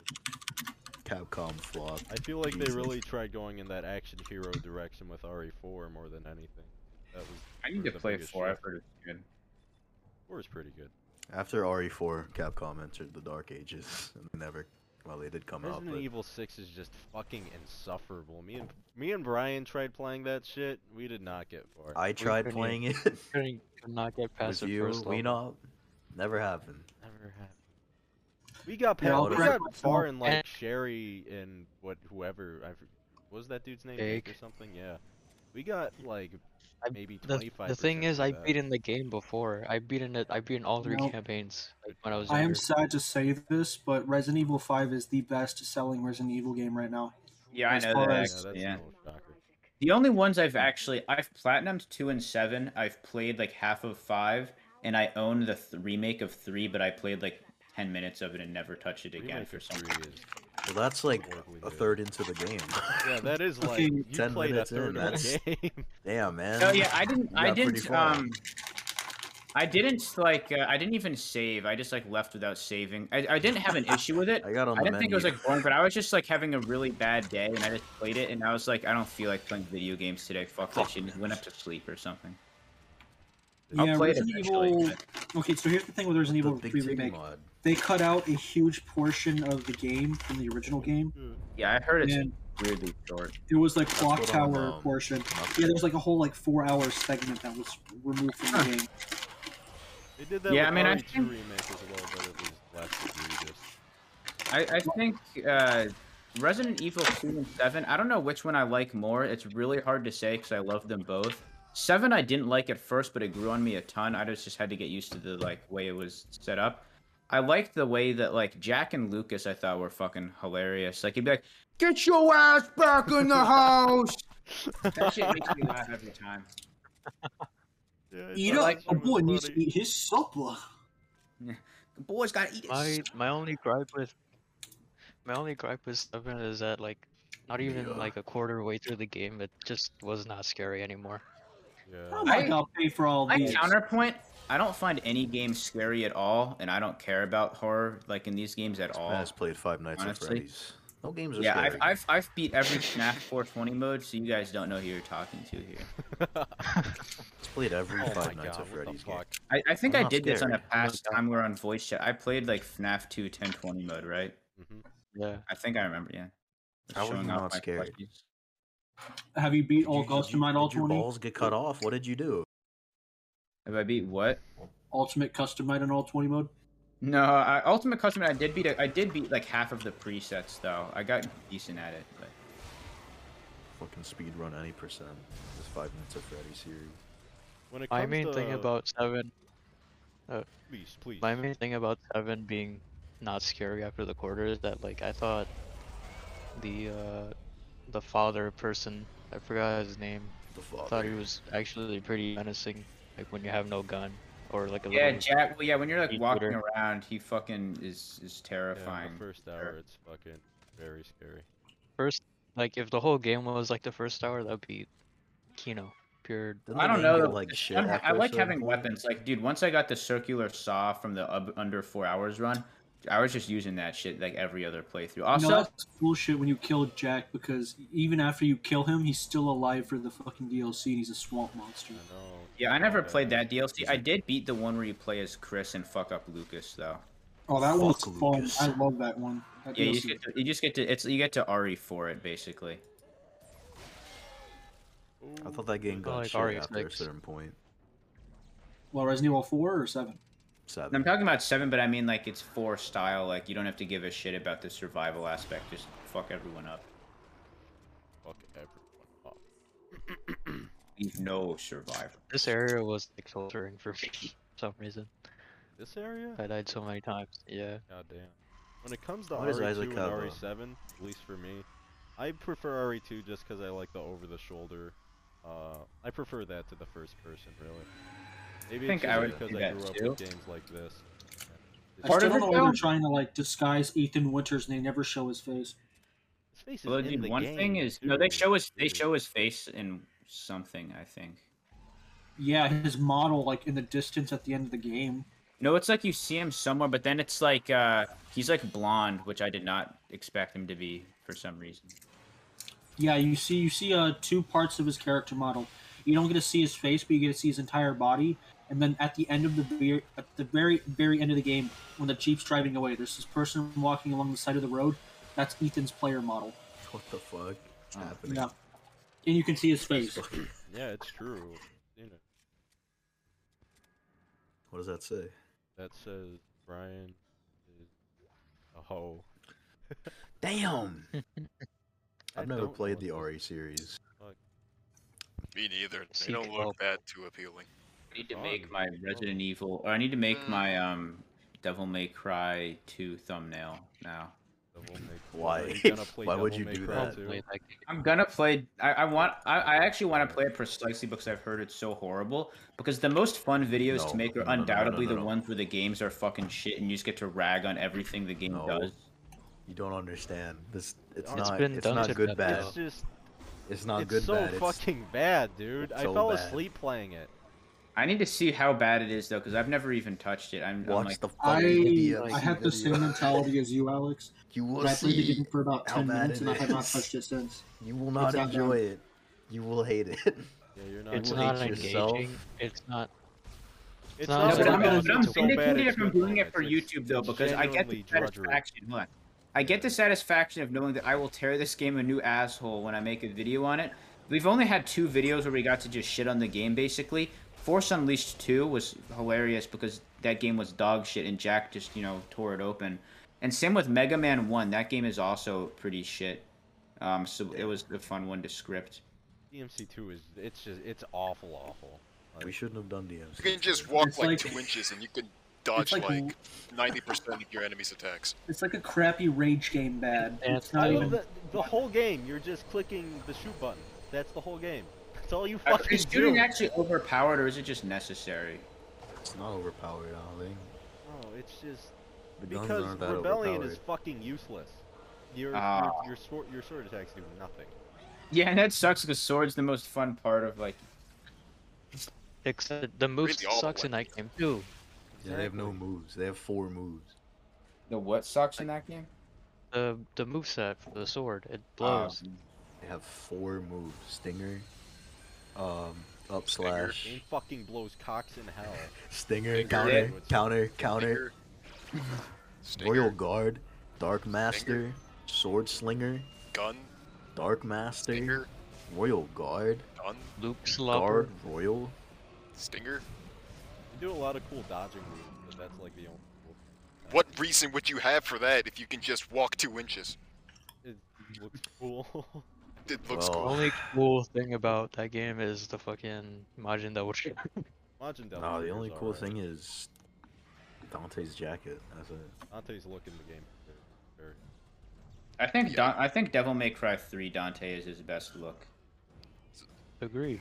Capcom flopped.
I feel like they
Jesus.
really tried going in that action hero direction with RE4 more than anything. That was
I need
the
to play
biggest
four. I've
shift.
heard it's good.
Four is pretty good.
After RE4, Capcom entered the Dark Ages. And they never. Well, they did come
Resident
out, but
Evil 6 is just fucking insufferable. Me and me and Brian tried playing that shit. We did not get far.
I tried
couldn't
playing it
Couldn't could not get past
with
the
you.
first
We
level.
know. Never happened.
Never happened.
we got
Yeah,
pa-
I'll
we
correct
got
myself.
far in like
And-
Sherry and what whoever I for- what was that dude's name Jake
Jake.
or something. Yeah, we got like
I-
maybe
The,
25.
the thing is, I beat
it.
in the game before. I beat in it. I beat in all three
No.
campaigns like, when I was
I
younger.
am sad to say this, but Resident Evil Five is the best selling Resident Evil game right now.
Yeah, I
As
know
far
that.
as-
that's
yeah.
no shocker.
The only ones I've actually I've platinumed two and seven. I've played like half of five, and I own the th- remake of three, but I played like ten minutes of it and never touched it again
Remake
for
of
some.
three is-
Well, that's like
Horribly
a
good.
third into the game.
Yeah, that is like
Fucking
you
10
played a
minutes in,
third of the game.
Damn, man.
Oh yeah, I didn't.
You
I
got Um, pretty
didn't.
far.
Um, I didn't like. Uh, I didn't even save. I just like left without saving. I, I didn't have an issue with it.
I got on
I
the
didn't think it was
menu.
like boring, but I was just like having a really bad day, and I just played it, and I was like, I don't feel like playing video games today. Fuck this shit. and Went up to sleep or something. I'll
yeah,
play it
Resident
eventually,
Evil. Okay, so here's the thing with Resident Evil
The Big
3
Team
remake.
mod.
They cut out a huge portion of the game from the original game,
Hmm. Yeah, I heard it's
and
weirdly short.
it was like clock
what I'm,
tower
um,
portion.
Not
Yeah, there was like a whole like four-hour segment that was removed from the game.
They did that
Yeah,
with
I mean, I
RE2
think-
remake as well, but it was less egregious.
I, I think uh, Resident Evil 2 and 7, I don't know which one I like more. It's really hard to say because I love them both. 7 I didn't like at first, but it grew on me a ton. I just, just had to get used to the like way it was set up. I liked the way that like Jack and Lucas I thought were fucking hilarious. Like he'd be like, "Get your ass back in the house." that shit makes me laugh every time.
Yeah,
Eat
thought
up,
like
oh,
a boy needs to eat his supper.
The boys gotta eat
My
it.
my only gripe with my only gripe with Seven is that like not even
Yeah.
like a quarter way through the game, it just was not scary anymore.
Oh
Yeah.
my
I-
god, pay for all
My
these.
counterpoint, I don't find any game scary at all, and I don't care about horror like in these games at all.
I just played Five Nights at
Honestly.
Freddy's. No games are
Yeah, I've,
scary.
I've, I've beat every FNAF 420 mode, so you guys don't know who you're talking to here.
Just played every
Oh
Five
my
Nights at
god, what the
Freddy's game.
fuck?
I, I think
I'm
I
not
did this on a
scared.
past time we were on voice chat. I played like FNAF 2 1020 mode, right?
Mhm.
Yeah.
I think I remember, yeah. Just
How were you
off
Mm-hmm. not
my
scared?
plushies.
Have you beat all
Did you- did you-
Ghost Mine all
did your
20?
balls get cut off? What did you do?
Have I beat what?
Ultimate Custom Night on all 20 mode?
No, I, Ultimate Custom, I did beat a, I did beat like half of the presets, though. I got decent at it, but.
Fucking speedrun any percent. This Five Nights at Freddy's series.
When it
My
comes
main thing
to-
about Seven,
please, please.
my main thing about Seven being not scary after the quarter is that like I thought the uh the father person I forgot his name
The
I thought he
father.
was actually pretty menacing like when you have no gun or like a
Yeah,
little
Jack. Well, yeah, when you're like
Eat
walking
litter.
around, he fucking is is
Yeah,
terrifying.
the first hour, it's fucking very scary.
first like if the whole game was like the first hour that'd be Kino pure
Didn't
I
the
don't
game
know.
get,
the
Like shit.
gun- I
after a
like
certain
having
point?
weapons. Like, dude, once I got the circular saw from the ub- under four hours run, I was just using that shit like every other playthrough. Also,
no, that's bullshit when you kill Jack because even after you kill him, he's still alive for the fucking DLC and he's a swamp monster.
I know.
yeah, I never
Yeah.
played that DLC. I did beat the one where you play as Chris and fuck up Lucas though.
Oh, that
Fuck
one's
Lucas.
fun. I love that one. That
Yeah, you
DLC.
just get to, you just get to it's you get to RE for it basically.
I thought that game
I
got
like
shit
RE6.
after a certain point.
Well, Resident Evil 4 or 7?
Seven.
And I'm talking about seven, but I mean like it's four style. Like you don't have to give a shit about the survival aspect. Just fuck everyone up.
Fuck everyone up.
Leave no survivor.
this area was like torturing for me for some reason
This area?
I died so many times yeah
God damn. When it comes to
Why does
RE2
Isaac
and
have a-
RE7, at least for me, I prefer RE2 just because I like the over-the-shoulder. Uh, I prefer that to the first person, really. Maybe
think
it's just
I would
because
do
I
that
grew up
too.
with games like this.
I
Part
still
of
don't
it,
know why they're
though-
trying to like disguise Ethan Winters and they never show his face.
His face is
Well,
in
dude,
the
one
game,
thing is no, they
too.
show his they
Dude.
show his face in something. I think.
Yeah, his model like in the distance at the end of the game.
No, it's like you see him somewhere, but then it's like uh he's like blonde, which I did not expect him to be for some reason.
Yeah, you see you see uh two parts of his character model. You don't get to see his face, but you get to see his entire body. And then at the end of the ve- at the very very end of the game, when the jeep's driving away, there's this person walking along the side of the road. That's Ethan's player model.
What the fuck is
Oh,
happening?
Yeah, and you can see his face.
Yeah, it's true. You know,
What does that say?
that says Brian is a hoe.
Damn!
I
I've never
don't
played
know
the
what
RE series.
Me neither. They
Seek
don't look
help.
that too appealing.
I
to
need to
Oh,
Fun. make
make
my
my
Resident
Resident Evil, or I need to make
Hmm.
my um Devil May Cry two thumbnail now.
Devil May Cry.
Why?
Are you gonna play
Why would
Devil
you
May
do
Cry
that?
too?
Probably, like,
I'm gonna play. I, I want. I, I actually want to play it precisely because I've heard it's so horrible. Because the most fun videos
No,
to make are
no, no, no, no,
undoubtedly
no, no.
the ones where the games are fucking shit, and you just get to rag on everything the game
No.
does.
You don't understand. This it's
It's
not
been
it's
done
not
to
good
death,
bad.
It's just
It's not
it's
good
so
bad. It's
fucking bad, dude.
it's
I
so
fell
bad.
asleep playing it.
I need to see how bad it is though, because I've never even touched it. I'm, I'm
Watch
like,
the
I
fucking DMC
I have the same
video.
mentality as you, Alex.
You
But
will
I played the
see.
game for about
how
ten
bad
minutes
it
and I have not
is.
touched it since.
You will not
It's not
enjoy
bad.
it. You will hate it. Uh,
Yeah, you're not.
It's
will
gonna-
not
hate
engaging.
yourself.
It's not.
It's
not
not.
so
but I'm,
bad.
but I'm
It's so bad
vindicated
it's
if I'm
good.
doing it for
It's-
YouTube though,
it's
because I get
genuinely
the
drudgery.
satisfaction. Look, I get the satisfaction of knowing that I will tear this game a new asshole when I make a video on it. We've only had two videos where we got to just shit on the game basically. Force Unleashed 2 was hilarious because that game was dog shit and Jack just, you know, tore it open. And same with Mega Man 1. That game is also pretty shit. Um, so it was a fun one to script.
DMC two is. It's just. It's awful, awful.
we shouldn't have done DMC.
You can just walk
It's
like,
like-
two inches and you can dodge
like-
like ninety percent of your enemy's attacks.
It's like a crappy rage game bad.
And
It's
it's
not
not
even
the, the whole game, you're just clicking the shoot button. That's the whole game. That's all you
Uh,
fucking
Is shooting
do.
actually overpowered or is it just necessary?
It's not overpowered, I don't think.
No, Oh, it's just
The guns
because
aren't that
rebellion
overpowered.
is fucking useless. Your
Ah.
your your, sword, your sword attacks do nothing.
Yeah, and that sucks because sword's the most fun part of like.
Except the move
Really awful
sucks in that game too.
Yeah, they have no moves. They have four moves.
The what sucks in that game?
The the moveset for the sword it
Uh,
blows.
They have four moves. Stinger, um, up
Stinger.
slash,
Game fucking blows cocks in hell.
stinger,
Stinger.
counter,
Yeah.
counter, counter,
Stinger,
royal guard, dark master, sword slinger,
gun,
dark master,
stinger,
royal guard,
gun,
Loop slobber.
guard royal.
stinger.
You do a lot of cool dodging moves, but that's like the only.
What reason would you have for that if you can just walk two inches?
It looks cool.
It looks
Well,
cool.
Only cool thing about that game is the fucking Majin Daoshi.
Majin Devil.
No, the only cool thing is Dante's jacket. That's it.
Dante's looking the game. Very-
I think Don- I think Devil May Cry Three Dante is his best look.
Agree.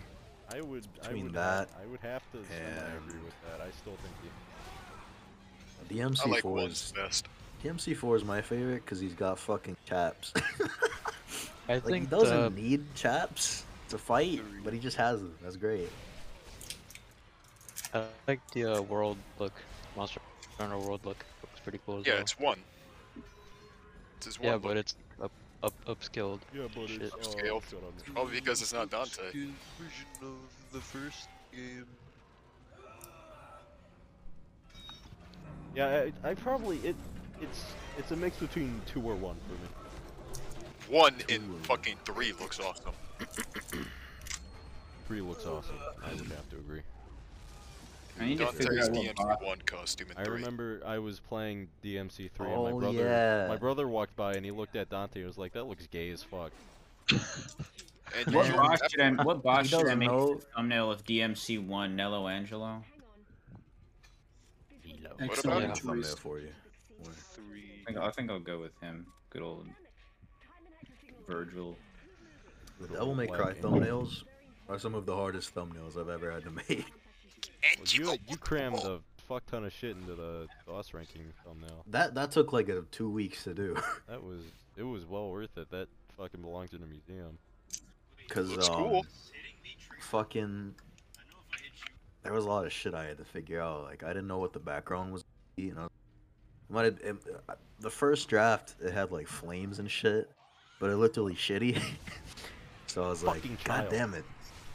I would. I
Between
would
that
I would have to. semi agree
and-
with that. I still think. The,
I
DMC4
like
is
one's best.
DMC4 is my favorite because he's got fucking chaps.
I
Like he
think uh,
doesn't
the
need chaps to fight, but he just has them. That's great.
I like the uh, world look, Monster Hunter world look. Looks pretty cool as
Yeah,
well.
it's one. It's his one.
yeah,
look.
but it's up up upskilled.
yeah, but
Shit.
it's uh,
Upscaled.
it's got a-
Probably Oh, because it's not Dante.
Yeah, I, I probably it. It's it's a mix between two or one for me.
One in fucking three looks awesome.
Three looks awesome. I would have to agree.
I need to figure
Dante's
out what boss.
DMC one costume in
I
three.
remember I was playing DMC3 and
Oh,
my brother
yeah.
my brother walked by and he looked at Dante and was like, "That looks gay as fuck."
And
What
you-
boss should I? What boss
He
should I
doesn't
make
know.
the thumbnail of DMC One Nello Angelo?
about
excellent
Got a thumbnail
choice.
for you. Where?
I think, I think I'll go with him. Good old Virgil.
The Devil May Cry thumbnails are some of the hardest thumbnails I've ever had to make.
Well, you you crammed
Oh,
a fuck ton of shit into the boss ranking thumbnail.
That that took like a two weeks to do,
That was it was well worth it. That fucking belongs in a museum.
cause
Looks
um,
cool.
fucking, there was a lot of shit I had to figure out. Like I didn't know what the background was, you know. I might have, it, uh, the first draft it had like flames and shit, but it looked really shitty. so I was like,
Fucking
God
child.
damn it!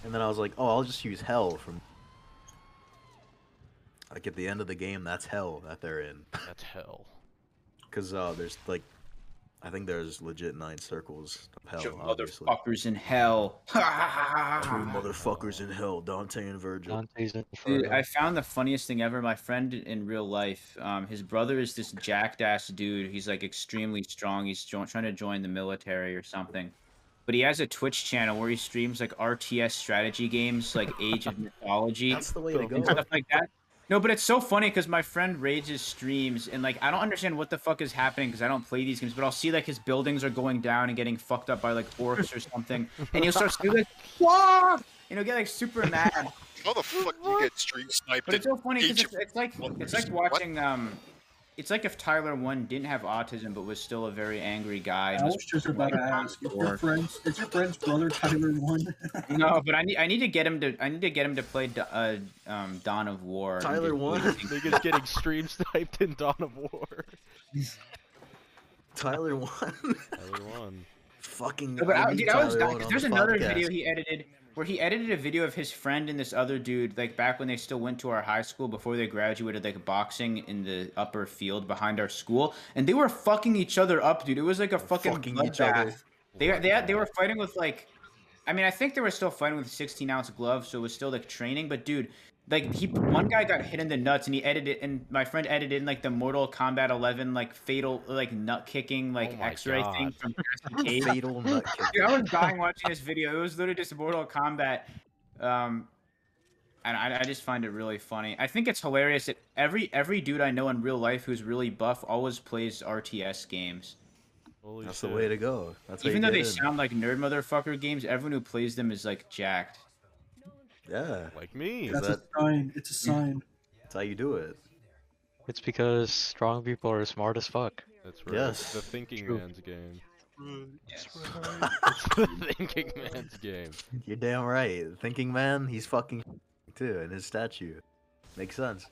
And then I was like, oh, I'll just use hell from. Like at the end of the game, that's hell that they're in.
That's hell.
Because uh, there's like, I think there's legit nine circles of hell.
You
obviously.
motherfuckers in hell.
Two
Ah.
motherfuckers in hell, Dante and Virgil.
Dante's
Dude,
Inferno.
I found the funniest thing ever. My friend in real life, um, his brother is this jacked ass dude. He's like extremely strong. He's jo- trying to join the military or something. But he has a Twitch channel where he streams like RTS strategy games, like Age of Mythology
That's the way to go.
and stuff like that. No, but it's so funny because my friend rages streams and like I don't understand what the fuck is happening because I don't play these games, but I'll see like his buildings are going down and getting fucked up by like orcs or something, and he'll start screaming like, "Whoa!" and he'll get like super mad.
How the fuck you get stream sniped?
But it's
in
so funny because
Age
it's,
of
it's like it's like
Wonders? What?
watching um It's like if Tyler one didn't have autism but was still a very angry guy.
I
And was
was just about to ask. Is your friend's, is your friend's brother Tyler one?
no, but I need I need to get him to I need to get him to play Do- uh, um, Dawn of War. and
Tyler
just
one?
really think-
Niggas getting streams typed in Dawn of War.
Tyler one.
Tyler one.
Fucking.
No, but I,
need
dude, I was
Tyler
dying,
One
'cause
on
there's
the
another
podcast.
video he edited where he edited a video of his friend and this other dude like back when they still went to our high school before they graduated like boxing in the upper field behind our school and they were fucking each other up dude it was like a fucking,
fucking each other.
bloodbath. they they had- they were fighting with like I mean I think they were still fighting with 16 ounce gloves so it was still like training but dude like he one guy got hit in the nuts and he edited and my friend edited in like the Mortal Kombat 11 like fatal like nut kicking like
Oh my
X-ray thing
God.
from Jurassic Cage.
Fatal nut kick.
Dude, I was dying watching this video. It was literally just Mortal Kombat. Um, and I, I just find it really funny. I think it's hilarious that every every dude I know in real life who's really buff always plays RTS games.
Holy
That's the way to go. That's how
Even
you
though they
get in.
sound like nerd motherfucker games, everyone who plays them is like jacked.
Yeah,
Like me.
Is
That's
that-
a sign. It's a sign.
that's how you do it.
It's because strong people are smart as fuck.
That's right.
Yes.
The thinking
True.
man's game.
Yes.
It's the thinking man's game.
You're damn right. Thinking man, he's fucking too, and his statue makes sense.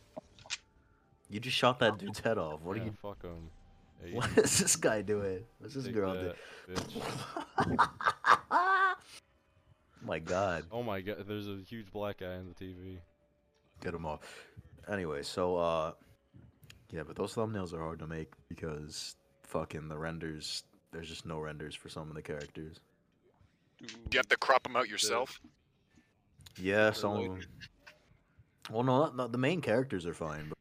You just shot that dude's head off. What
yeah,
are you?
Fuck 'em. Hey,
What is this guy doing? What's this
take
girl doing?
that, bitch.
My God,
Oh my god, there's a huge black guy on the TV.
get him off. Anyway, so uh, yeah, but those thumbnails are hard to make because fucking the renders. There's just no renders for some of the characters.
You have to crop them out yourself.
Yeah, some of them. Well, no, not, not- the main characters are fine, but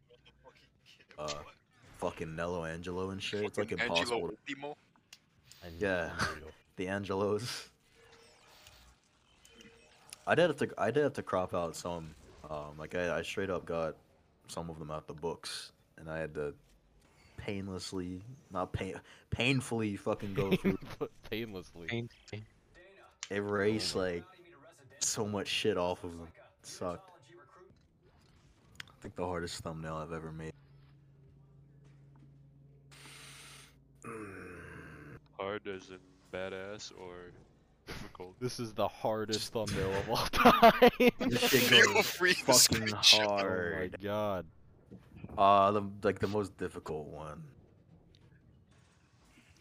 uh, fucking Nello Angelo and shit. It's like
Fucking
impossible.
Angelo Ultimo.
Yeah, the Angelos. I did have to. I did have to crop out some. Um, like I, I straight up got some of them out the books, and I had to painlessly, not pain, painfully, fucking go through
Painlessly.
erase like so much shit off of them. It sucked. I think the hardest thumbnail I've ever made.
Hard as in badass or difficult?
This is the hardest thumbnail of all time.
This shit
Feel
goes
free to
fucking
screenshot.
oh my
hard.
god.
Uh, the, like the most difficult one.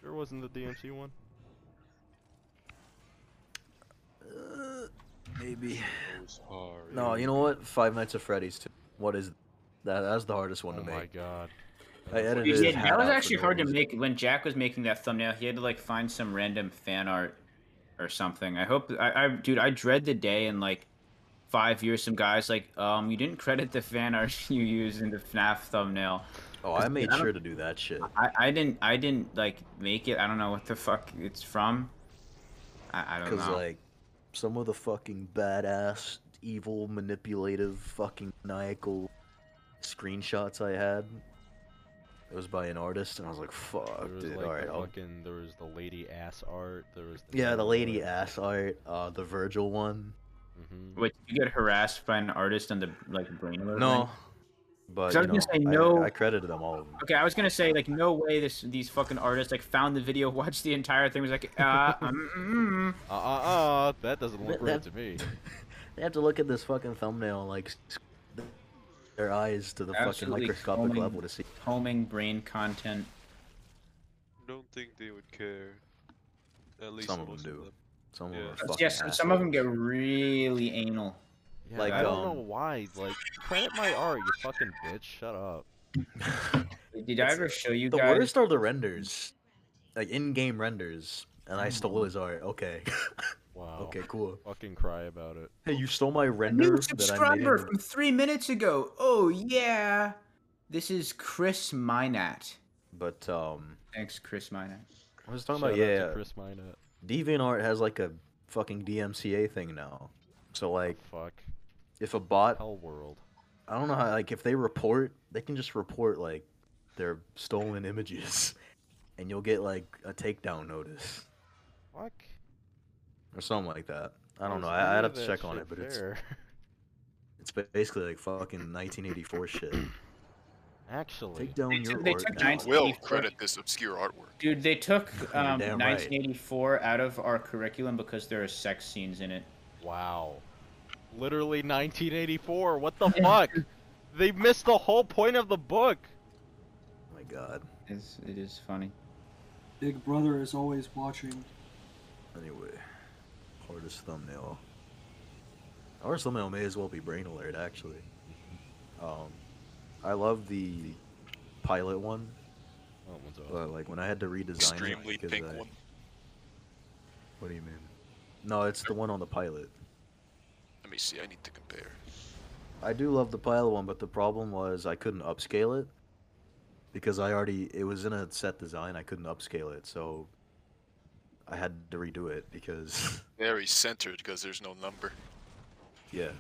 Sure wasn't the DMC one?
Uh, maybe.
It was hard.
No, you know what? Five Nights at Freddy's. Too. What is that? That's the hardest one
Oh
to
my
make.
god.
I edited
Dude,
his
yeah,
hat
that was
out for
actually
no
hard to
reason.
make. When Jack was making that thumbnail, he had to like find some random fan art or something. I hope, I, I dude, I dread the day in like five years. Some guys like, um, you didn't credit the fan art you used in the FNAF thumbnail.
Oh, I made
I don't-
sure to do that shit.
I, I didn't I didn't like make it. I don't know what the fuck it's from. I, I don't
Because,
know.
like, some of the fucking badass, evil, manipulative, fucking maniacal screenshots I had, it was by an artist, and I was like, fuck,
There was
dude,
like
alright,
the
I'll.
fucking there was the lady ass art, there was the
Yeah, the lady ass art, uh, the Virgil one.
hmm
Wait, did you get harassed by an artist on the like brain alert
No.
link?
But,
'Cause I
you know,
was gonna
I,
say no-
I credited them all of them.
Okay, I was gonna say like no way this these fucking artists like found the video, watched the entire thing, was like uh mm, mm, mm.
Uh uh uh that doesn't look
That-
right
that-
to me.
They have to look at this fucking thumbnail and, like s- their eyes to the
Absolutely
fucking microscopic
combing-
level to see.
homing brain content.
Don't think they would care. At least
Some of
most
them do. Some
Yeah.
of them are
Yes,
fucking
Yes, yeah, some of them
assholes.
get really anal.
Yeah,
Like,
I don't know
um,
why. Like credit my art, you fucking bitch. Shut up.
Did I
It's-
ever show you
The
guys?
worst are the renders, like in-game renders. And
Mm.
I stole his art. Okay,
Wow.
okay, cool.
Fucking cry about it.
Hey, you stole my render that
New
I made. in
subscriber
the-
from three minutes ago. Oh yeah, this is Chris Minat.
But um,
Thanks, Chris Minat.
I was talking
Shout
about
out to
yeah.
Chris Minot.
DeviantArt has like a fucking DMCA thing now. So like, uh,
Fuck.
if a bot,
Hell world.
I don't know how, like if they report, they can just report like their stolen images, and you'll get like a takedown notice.
Fuck.
or something like that. I don't
There's
know.
any
I, I'd have
of
to
that
check on
shit
it, but it's
there.
it's ba- basically like fucking 1984 shit.
Actually,
Take down
They
your
took- they
art
took
now.
Giants-
Will
84.
credit this obscure artwork.
Dude, they took
You're
um,
damn right.
1984 out of our curriculum because there are sex scenes in it.
wow. Literally 1984. What the fuck? They missed the whole point of the book.
Oh my god.
It's, it is funny.
Big Brother is always watching.
Anyway, hardest thumbnail. Hardest thumbnail may as well be Brain Alert, actually. Um, I love the pilot one,
Oh, that one's awesome.
but like when I had to redesign
Extremely
it, because
pink
I-
one.
What do you mean? No, it's the one on the pilot.
Let me see. I need to compare.
I do love the pilot one, but the problem was I couldn't upscale it because I already it was in a set design. I couldn't upscale it, so I had to redo it because
Very centered because there's no number.
yeah.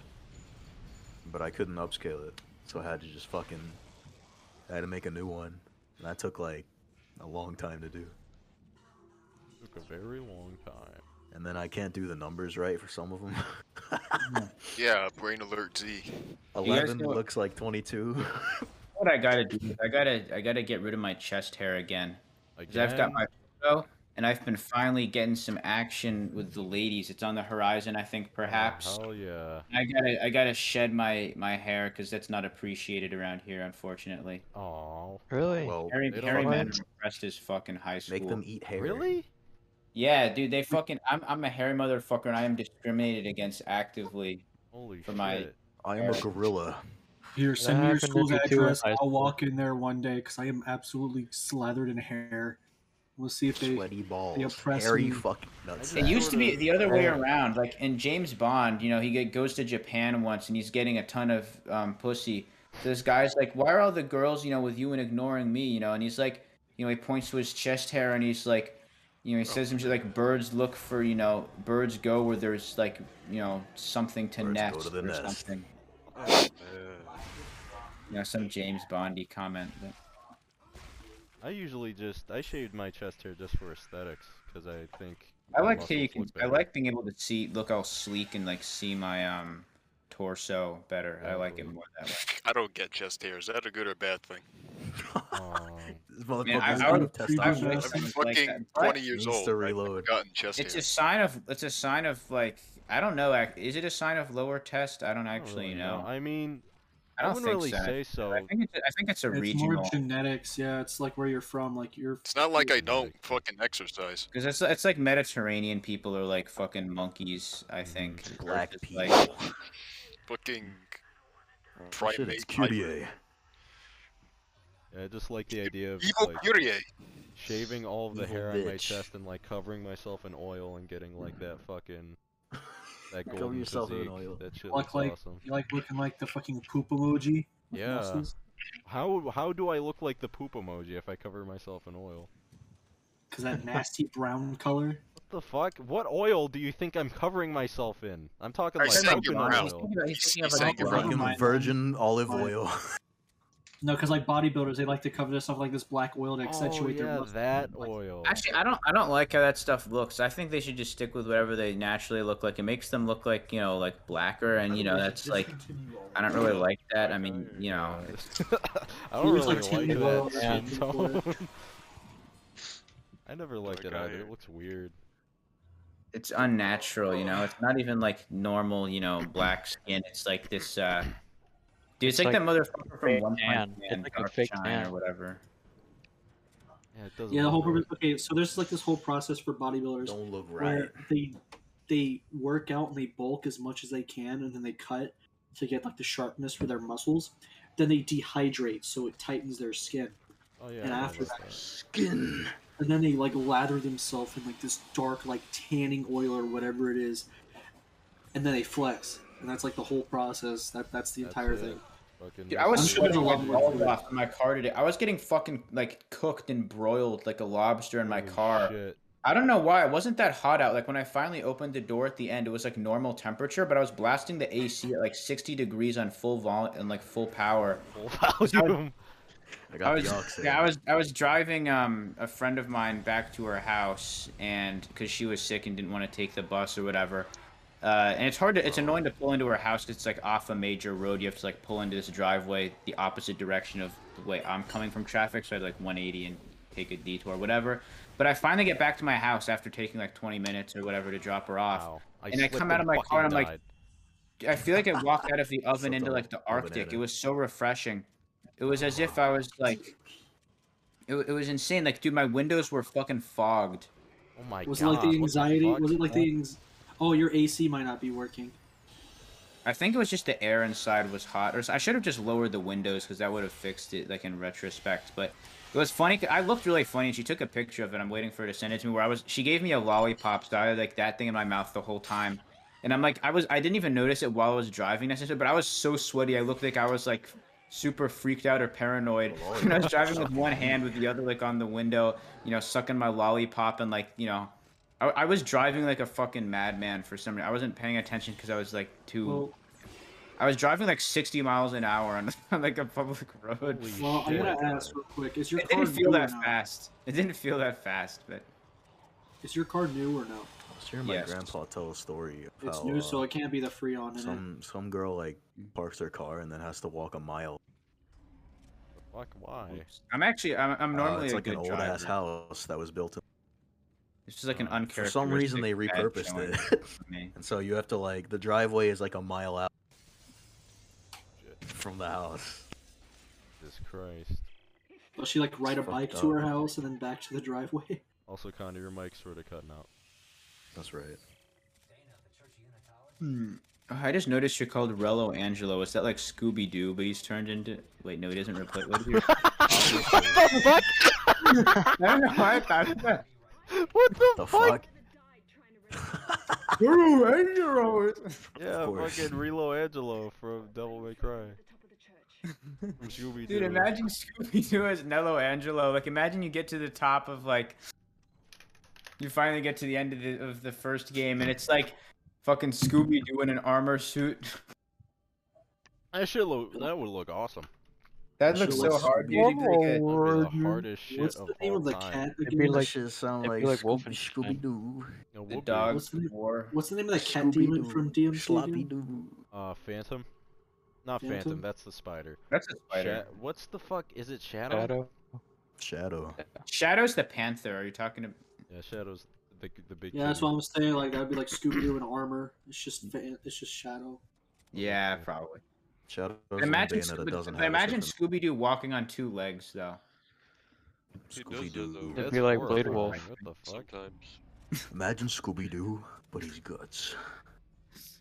But I couldn't upscale it, so I had to just fucking I had to make a new one, and that took like a long time to do.
Took a very long time.
And then I can't do the numbers right for some of them.
Yeah, Brain Alert Z.
you guys
Eleven
know-
looks like twenty-two.
What I gotta do is I gotta I gotta get rid of my chest hair again.
Like,
'Cause I've got my photo and I've been finally getting some action with the ladies. It's on the horizon, I think, perhaps.
Hell yeah.
I gotta I gotta shed my my hair because that's not appreciated around here, unfortunately.
Oh.
Really?
well,
Harry,
they don't
Harry
mind.
men are oppressed as fucking high school.
make them eat hair.
Really?
Yeah, dude, they fucking. I'm I'm a hairy motherfucker, and I am discriminated against actively.
Holy
For
shit.
my-
I am a gorilla.
Here,
That
send me your
happened to
school's
me too in
address.
high
I'll
school.
walk in there one day because I am absolutely slathered in hair. We'll see if they.
sweaty balls,
oppress
hairy
me.
fucking nuts.
It used to be the other way
Yeah.
around. Like in James Bond, you know, he get- goes to Japan once and he's getting a ton of um, pussy. So this guy's like, "Why are all the girls, you know, with you and ignoring me?" You know, and he's like, you know, he points to his chest hair and he's like, you know, he says some shit like, "Birds look for, you know, birds go where there's like, you know, something to
Birds go
nest
to the
or
nest.
something."
Yeah.
You know, some James Bondy comment. That,
I usually just I shaved my chest hair just for aesthetics because I think
I
my
like how you
muscles
can.
look
I
better.
like being able to see, look all sleek and like see my um torso better. I like it
Exactly.
more that way.
I don't get chest hair. Is that a good or bad thing?
Um,
This
Man, I-
motherfucker's
I
out
would-
of
I would-
testosterone.
I'm
Something like
fucking
that, but
20 years
needs
old.
to
I've
reload.
Gotten chest
It's
hair.
a sign of. It's a sign of like. I don't know. ac- Is it a sign of lower test? I don't
I don't
actually
really
know.
I mean,
I don't
wouldn't
think
really
so.
say so.
I think it's. I think it's a
It's
regional.
more genetics. Yeah, it's like where you're from. Like you're.
It's not like I don't
Like-
fucking exercise.
Because it's it's like Mediterranean people are like fucking monkeys. I think. or
Black
just,
people.
like-
Fucking
Oh, Shit, it's
primate. hybrid.
cutie.
I just like the idea of
Evil
like
Curie.
shaving all of the
Evil
hair on my
bitch.
chest and like covering myself in oil and getting like that fucking that
Cover
golden
yourself in
physique.
oil.
That shit
Look
looks
like-
awesome.
You like looking like the fucking poop emoji. with
Yeah.
muscles.
How how do I look like the poop emoji if I cover myself in oil?
Cause that nasty brown color.
What the fuck? What oil do you think I'm covering myself in? I'm talking
I
like
said
coconut
brown.
He's
oil.
thinking about- he's
He's-
thinking of,
he's
like,
saying you're
a-
wrong.
Fucking
Mine.
virgin olive
Mine.
oil.
No, cause like bodybuilders, they like to cover their stuff like this black oil to
Oh
accentuate their
yeah,
muscles.
that oil.
Actually, I don't. I don't like how that stuff looks. I think they should just stick with whatever they naturally look like. It makes them look like you know, like blacker, and you know, that's like. I don't really like that. I mean, you know,
I
He
don't
was,
really
like,
like,
ten years
that
old, yeah.
skin tone. I never liked
Dark
it either.
eye.
It looks weird.
it's unnatural. You know, it's not even like normal. You know, black skin. It's like this. uh Dude, it's,
It's
like,
like
that motherfucker from
fake
One Punch
tan. It's
Man,
like a
Dark
fake
Shine or
tan.
whatever.
Yeah, it doesn't.
Yeah, the
look
whole
right.
purpose. Okay, so there's like this whole process for bodybuilders
Don't look right.
where they they work out and they bulk as much as they can, and then they cut to get like the sharpness for their muscles. Then they dehydrate, so it tightens their skin,
Oh yeah.
and
I
after
noticed
that,
that.
Skin.
and then they like lather themselves in like this dark like tanning oil or whatever it is, and then they flex, and that's like the whole process. That that's the
That's
entire
it.
thing.
Fucking
Dude, I was
I'm
missed
sure
it.
there's
sweating
a lot
my
more to
balls
it.
off in my car today. I was getting fucking like cooked and broiled like a lobster in my
Holy
car.
Shit.
I don't know why. It wasn't that hot out. Like when I finally opened the door at the end, it was like normal temperature, but I was blasting the AC at like 60 degrees on full vol and like full power.
Full volume.
I
I
got the
was,
oxy.
yeah, I was, I was driving um a friend of mine back to her house, and because she was sick and didn't want to take the bus or whatever. Uh, and it's hard to,
Oh.
it's annoying to pull into her house. 'cause it's like off a major road. You have to like pull into this driveway the opposite direction of the way I'm coming from traffic, so I'd like 180 and take a detour, whatever. But I finally get back to my house after taking like 20 minutes or whatever to drop her off.
Wow.
and I
slipped
come out of my
fucking
car and I'm like,
died.
I feel like I walked out of the oven
Slipped
into
on
like the
a
Arctic.
banana.
It was so refreshing. It was as if I was like, it, wa- it was insane. Like, dude, my windows were fucking fogged.
oh my
Was it
god.
like the
what
anxiety?
fuck?
was it like the anx- Oh, your AC might not be working.
I think it was just the air inside was hot, or s- I should have just lowered the windows because that would have fixed it, like in retrospect. But it was funny. 'cause I looked really funny, and she took a picture of it. I'm waiting for her to send it to me. Where I was, she gave me a lollipop, so I had like that thing in my mouth the whole time, and I'm like, I was, I didn't even notice it while I was driving necessarily, but I was so sweaty, I looked like I was like super freaked out or paranoid. And I was driving with one hand, with the other like on the window, you know, sucking my lollipop and like, you know. I, I was driving like a fucking madman for some reason. I wasn't paying attention because I was like too
Well,
I was driving like 60 miles an hour on, on like a public road.
Holy
well, I'm
shit.
gonna ask real quick: Is your
It
car
didn't feel
new
that
or no?
fast. It didn't feel that fast, but
Is your car new or no?
I was hearing my
Yes.
grandpa tell a story of
It's
how
new,
Oh,
uh,
so it can't be the Freon in it.
some some girl like parks her car and then has to walk a mile.
Fuck, why?
I'm actually I'm, I'm normally
uh, it's
a
like
good
an old
driver.
ass house that was built, in,
It's just like an
For
for
some
uncharacteristic.
some reason they
bad
repurposed
showing
it,
for me.
and so you have to like the driveway is like a mile out from the house.
Jesus Christ.
Will she like ride a
fucked
bike to her
up.
house and then back to the driveway?
Also, Connor, your mic's sort of cutting out.
That's right.
Hmm. Oh, I just noticed you're called Relo Angelo. Is that like Scooby Doo, but he's turned into? Wait, no, he doesn't replace. What, what I don't know why I thought of that.
What the,
The fuck?
Relo Angelo.
Yeah,
course.
fucking Relo Angelo from Devil May Cry. From Scooby Doo.
Dude, imagine Scooby Doo as Nello Angelo. Like, imagine you get to the top of like, you finally get to the end of the of the first game, and it's like fucking Scooby Doo in an armor suit.
That should look. That would look awesome.
That
Sure,
looks so
what's
hard, dude. You'd be like a-
That'd be the hardest shit
What's
of
the name
all
of the
time.
cat
It'd be
again?
like-
shit sound
it'd be like Wolfenstein.
Doo.
No,
the
Whoopi,
dogs
What's the-
war.
What's the name of that cat demon from DMC?
Sloppy
again?
Doo.
Uh, Phantom. Not Phantom.
Phantom?
That's the spider.
That's a spider.
Sha- what's the fuck? Is it Shadow?
Shadow.
Shadow.
Shadow's the panther. Are you talking about?
Yeah, Shadow's the big, the big.
Yeah, that's
kitty.
what I'm saying. Like that'd be like Scooby Doo in armor. It's just fa- it's just shadow.
Yeah, probably.
Shadow.
imagine
Bayonetta doesn't
Scooby,
have
imagine Scooby Doo walking on two legs, though.
He does
Scooby
that, though.
Doo.
It'd
That's
be like Blade
horrifying.
Wolf.
What the fuck?
Sometimes.
Imagine Scooby Doo, but he's guts.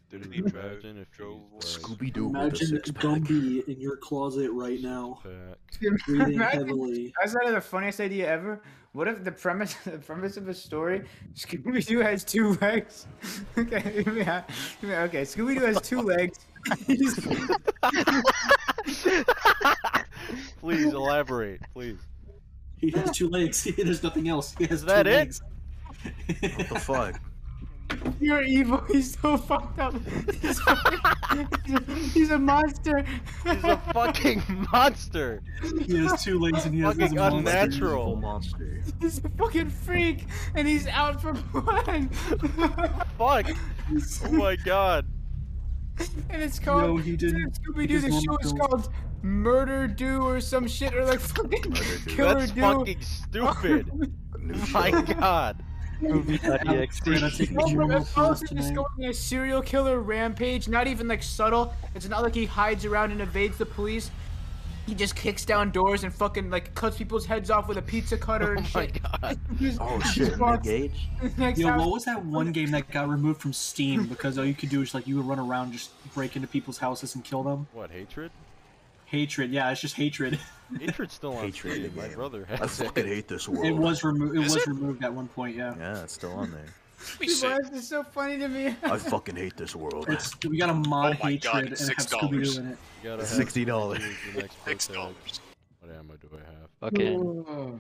Didn't he
Imagine
drive?
if he
drove
was-
one?
Scooby Doo with a
Imagine
six pack.
Gumby in your closet right now,
Pack.
breathing
Imagine-
heavily.
That's not the funniest idea ever. What if the premise the premise of a story Scooby Doo has two legs? okay, yeah, yeah, okay. Scooby Doo has two legs. He's-
Please elaborate, please.
He has two legs. There's nothing else. He has
Is that
two
it?
legs.
What the fuck?
You're evil. He's so fucked up. He's, he's a monster.
He's a fucking monster.
he has two legs and he has he's a
Fucking
monster.
Evil
unnatural.
monster.
He's a fucking freak, and he's out for blood.
Fuck. Oh my god.
and it's
No,
called
he didn't.
Scooby Doo.
His
The
mom
show is
killed-
called Murder Do or some shit, or like fucking Killer
That's
Do.
fucking stupid. my god.
We're gonna take
No, bro,
your
if Bowser
pills
just
tonight.
going on a serial killer rampage, not even like subtle. It's not like he hides around and evades the police. He just kicks down doors and fucking like cuts people's heads off with a pizza cutter and
My
shit.
god.
Just-
Oh shit, Nick
walks-
Gage.
next
Yo,
house.
what was that one game that got removed from Steam because all you could do is like you would run around, just break into people's houses and kill them?
What hatred?
Hatred, yeah, it's just hatred.
Hatred's still on
Hatred
Steam.
the
My
game.
brother
I
has it.
fucking hate this world.
It was removed. It
Is
was
it?
removed at one point, yeah.
Yeah, it's still on there.
We
Dude,
say
why is this so funny to me?
I fucking hate this world.
It's, we got a mod
Oh my
hatred
God,
and
it's
have Scooby
$6.
Doo in it.
You gotta have
Sixty dollars.
Hatred the next
six
birthday.
dollars.
What ammo do I have?
Fucking.
Um,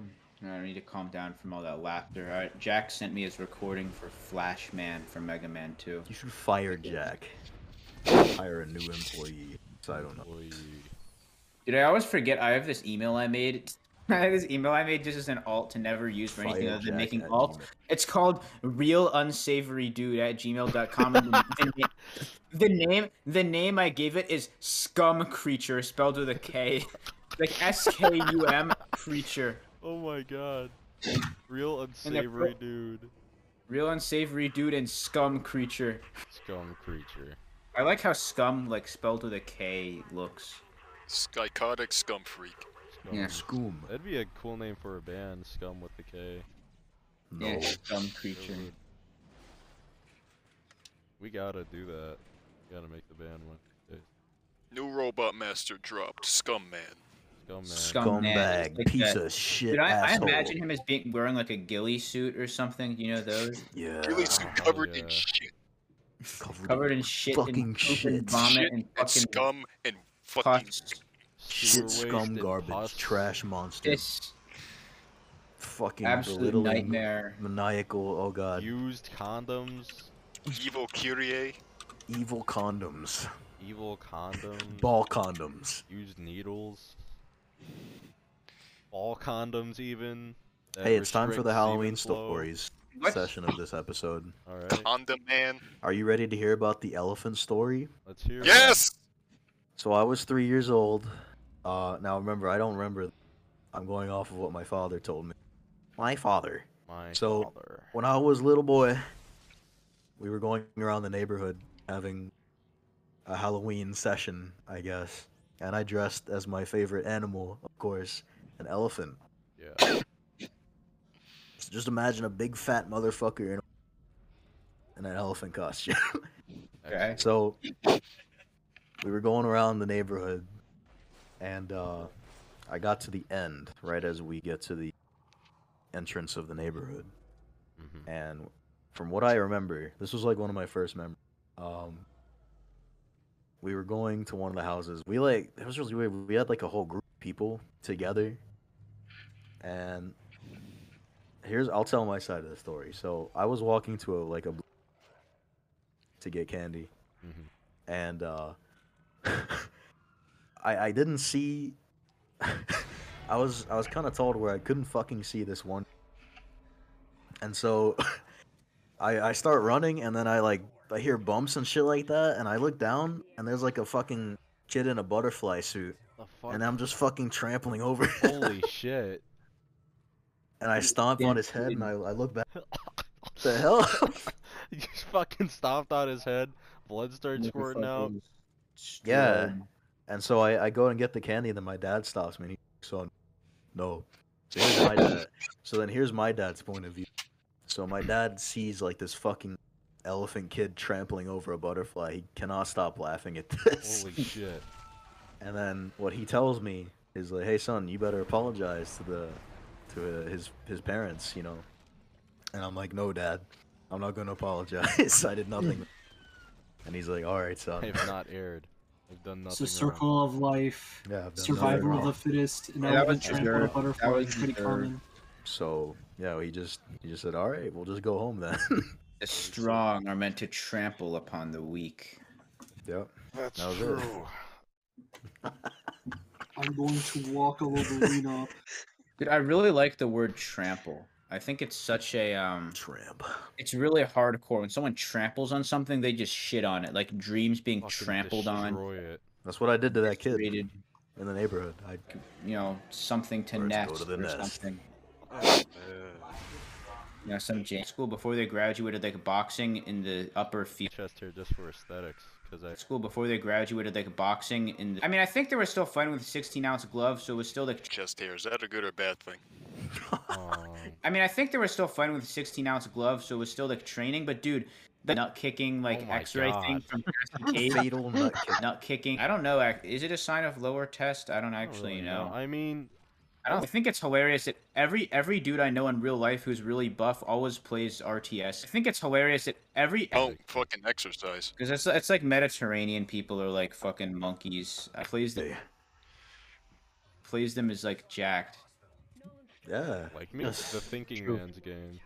I need to calm down from all that laughter. All right, Jack sent me his recording for Flash Man for Mega Man 2.
You should fire Jack. Hire a new employee. So I don't know.
Boy.
Dude, I always forget I have this email I made. I have this email I made just as an alt to never use for anything
Fire
other than
Jack
making
at
alt.
Gmail.
It's called real unsavory dude at gmail.com. And the, the, na- the name the name I gave it is scum creature spelled with a K. like S K U M creature.
Oh my god. Real
pro-
unsavory dude.
Real unsavory dude and scum creature.
Scum creature.
I like how scum, like spelled with a K, looks.
Psychotic scum freak.
Scum.
Yeah.
Scoom.
That'd be a cool name for a band, Scum with the K.
No.
Yeah, scum
It
creature.
would. We gotta do that. We gotta make the band one. day.
New robot master dropped. Scum man.
Scum man.
Scum man,
Scumbag,
like
piece
that.
of shit.
Dude, I, I
asshole.
imagine him as being wearing like a ghillie suit or something. You know those
Yeah.
Really
Oh,
covered
yeah.
in shit.
covered in shit,
Fucking
and poop
shit.
and vomit
Shit
and
And
fucking
scum and fucking.
pus.
Sewer
shit,
waste
scum,
and
garbage,
pus.
trash monster.
This
fucking
absolute
belittling,
nightmare.
maniacal. Oh god,
Used condoms.
Evil Kyrie.
evil condoms,
Evil condoms.
ball condoms.
Used needles. All condoms, even. that
Hey, it's time for the
restrict semen
Halloween
flow.
stories
What?
session of this episode.
Alright,
Condom man.
Are you ready to hear about the elephant story?
let's hear it.
Yes!
So I was three years old. Uh, now remember, I don't remember. I'm going off of what my father told me. My father.
My
So-
father.
When I was a little boy, we were going around the neighborhood having a Halloween session, I guess. And I dressed as my favorite animal, of course, an elephant.
Yeah.
So just imagine a big fat motherfucker in, in an elephant costume.
Okay.
so we were going around the neighborhood, and uh, I got to the end right as we get to the entrance of the neighborhood.
Mm-hmm.
And from what I remember, this was like one of my first memories. Um, we were going to one of the houses. We like it was really weird. We had like a whole group of people together, and here's I'll tell my side of the story. So I was walking to a like a to get candy,
Mhm.
and uh, I I didn't see. I was I was kind of tall to where I couldn't fucking see this one and so I I start running and then I like I hear bumps and shit like that and I look down and there's like a fucking kid in a butterfly suit
The fuck?
and I'm just fucking trampling over it.
Holy shit.
and I stomp on his head and I, I look back. What the hell?
You just fucking stomped on his head. Blood starts squirting out.
Motherfucking
Yeah.
strong.
And so I, I go and get the candy, and then my dad stops me. And he so no. So here's my dad. So then here's my dad's point of view. So my dad sees like this fucking elephant kid trampling over a butterfly. He cannot stop laughing at this.
Holy shit.
And then what he tells me is like, "Hey son, you better apologize to the to uh, his his parents, you know." And I'm like, "No, dad. I'm not going to apologize. I did nothing." and he's like, "All right, son."
I've not aired. I've done
It's
nothing.
a circle of life.
Yeah, I've done nothing
Survival of
wrong.
the fittest, and
Yeah, that
elephant
was
trample
deserved. That
butterfly
was
is pretty
deserved.
common.
So, yeah, he just he just said, "All right, we'll just go home then."
The strong are meant to trample upon the weak.
yep.
That's
That was it.
true.
I'm going to walk over the arena.
Dude, I really like the word trample. I think it's such a um
Tramp.
it's really hardcore. When someone tramples on something, they just shit on it. Like dreams being
Fucking
trampled on,
destroy it.
That's what I did to that kid
created,
in the neighborhood. I
you know, something to
Birds go
nest
to the
or
nest.
something.
Oh, man.
You know, some J school before they graduated like boxing in the upper field.
Chest hair just for aesthetics. Because I.
School before they graduated like boxing in. The, I mean, I think they were still fighting with 16 ounce gloves, so it was still like
Chest hair. Is that a good or bad thing?
Um,
I mean, I think they were still fighting with 16 ounce gloves, so it was still like training. But dude, the nut kicking like
Oh my
X-ray thing
God.
from Cassie Cage,
fatal nut kick.
nut kicking. I don't know. ac- Is it a sign of lower test? I don't
I don't
actually
really
know.
I mean,
I don't I think it's hilarious that every every dude I know in real life who's really buff always plays RTS. I think it's hilarious that every
Oh, fucking exercise.
because it's it's like Mediterranean people are like fucking monkeys. I plays them
Yeah.
plays them as like jacked.
Yeah.
like me,
Yes.
the thinking
True.
man's game.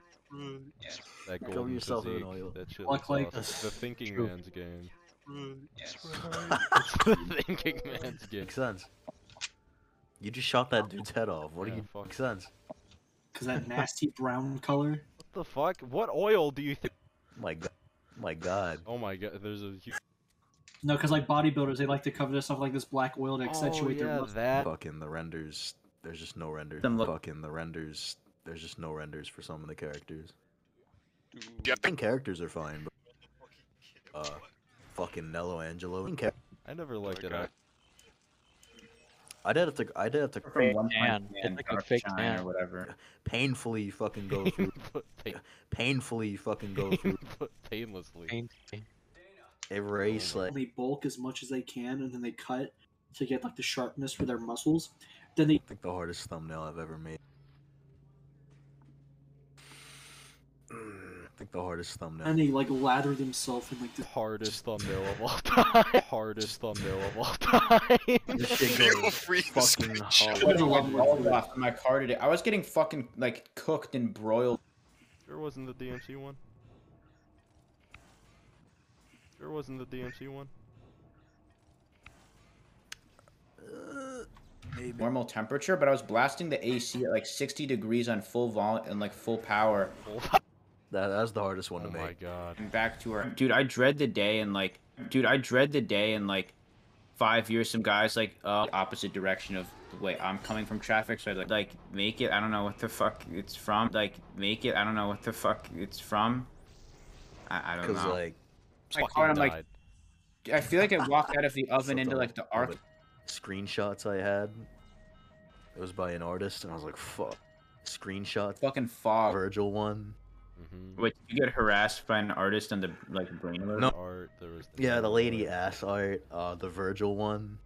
Yeah.
That
Cover
golden
yourself in
physique.
oil.
That shit
Look
looks
like-
awesome. The thinking
True.
man's game.
Yes.
the thinking man's game.
Makes sense. You just shot that dude's head off. What do
Yeah,
you?
fuck.
Makes sense.
Because that nasty brown color.
What the fuck? What oil do you think?
My God. My God.
Oh my god, there's a huge
No, because like bodybuilders, they like to cover their stuff like this black oil to
Oh
accentuate their
yeah,
muscles.
that.
Fucking the renders. There's just no renders.
Them look-
Fucking the renders. There's just no renders for some of the characters.
Dude,
Yeah,
And characters are fine, but uh, fucking Nello Angelo. and cha-
I never liked it.
Okay.
act-
I did have to. I did have to
From one
tan.
punch
It's
man,
like a
Dark
fake
Shine or
tan.
whatever.
painfully fucking go through.
Pain-
painfully fucking go through.
painlessly.
Pain-
Oh
Erase like
They bulk as much as they can, and then they cut to get like the sharpness for their muscles. Then they
I think the hardest thumbnail I've ever made. I think the hardest
and
thumbnail.
they like lather themselves in like this.
Hardest thumbnail of all time. Hardest thumbnail of all time.
This shit
Feel
goes
free to
fucking
screenshot.
hard.
Put
There's a
my
lot more
balls
to it.
off in my car today. I was getting fucking like cooked and broiled.
Sure wasn't the DMC one. Sure wasn't the DMC one.
Uh, maybe.
normal temperature, but I was blasting the AC at like 60 degrees on full vol and like full power.
That, that's the hardest one
Oh
to
my
make.
god.
And back to our dude, I dread the day and like, dude, I dread the day and like five years. Some guys like uh, opposite direction of the way I'm coming from traffic, so I'd like, like make it. I don't know what the fuck it's from. Like make it. I don't know what the fuck it's from. I, I don't
Because
know.
like
I,
Fucking
caught, I'm like,
died.
I feel like I walked out of the oven
so
into
dumb.
like the
All
arc.
screenshots I had. It was by an artist, and I was like, "Fuck." Screenshots.
Fucking fog.
Virgil one.
Mhm.
Wait, did you get harassed by an artist on the like brain alert?
No.
Art, there was
Yeah, the lady ass art. Uh, the Virgil one.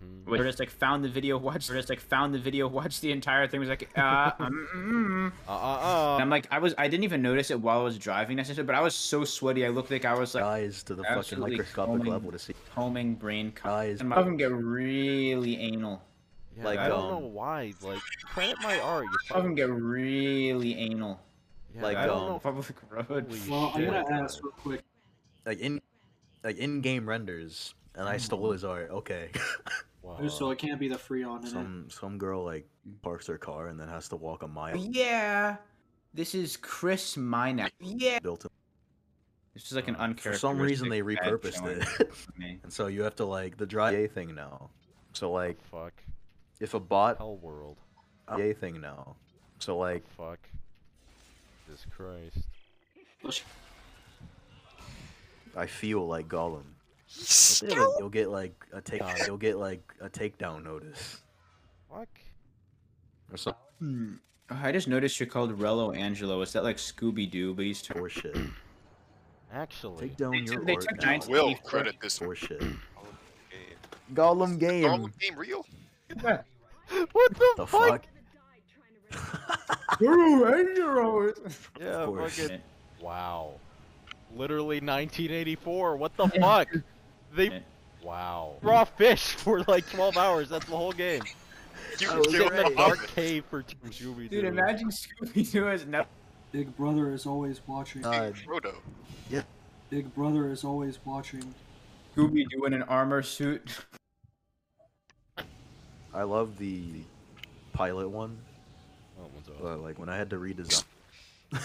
hmm
We're just like found the video, watched. We're just like found the video, watched the entire thing. Was like, uh, um, mm.
Uh, uh,
and
uh.
I'm like, I was, I didn't even notice it while I was driving necessarily, but I was so sweaty. I looked like I was like
Guys to the fucking
absolutely
microscopic
combing-
level to see.
combing brain. co-
Guys.
and my of them get really anal.
Yeah,
like,
I don't
um,
know why. Like, credit my art. You
Some of them
fuck.
get really anal.
Yeah,
like,
I don't
um,
know.
Public road.
Holy
Well, I'm
shit.
gonna ask real quick.
Like in, like in-game renders, and I
Mm-hmm.
stole his art. Okay.
Wow.
so it can't be the Freon in it.
Uh, some some girl like parks her car and then has to walk a mile.
Yeah, this is Chris Minec. Yeah,
Built in.
this is like an
Um,
For some reason they repurposed it,
it.
and so you have to like the dry A thing now. So like
fuck.
if a bot
Hell world.
a thing now. So like
Fuck. Jesus Christ.
But
I feel like Gollum.
He's
Yeah, You'll get like a take. You'll get like a takedown notice
Fuck.
or some
Hmm. Oh, I just noticed you're called Relo Angelo. Is that like Scooby Doo, but he's turned?
bullshit.
Actually.
Take down
They
your
took- they
art
took
now.
giant-
Will credit this one.
Bullshit.
game.
Gollum
Normal
game.
game real.
What the,
The
fuck?
fuck?
Relo Angelo.
Yeah,
Of course.
fucking. Wow. Literally 1984. What the fuck? They. Wow. Raw fish for like 12 hours. That's the whole game.
You
Oh,
you're
Sit in a
right.
dark cave for two Scooby
Dude, imagine Scooby Doo as no.
Big Brother is always watching.
Uh,
Frodo.
Big Brother is always watching.
Scooby Doo in an armor suit.
I love the pilot one,
Oh,
That one's awesome.
but like when I had to redesign
You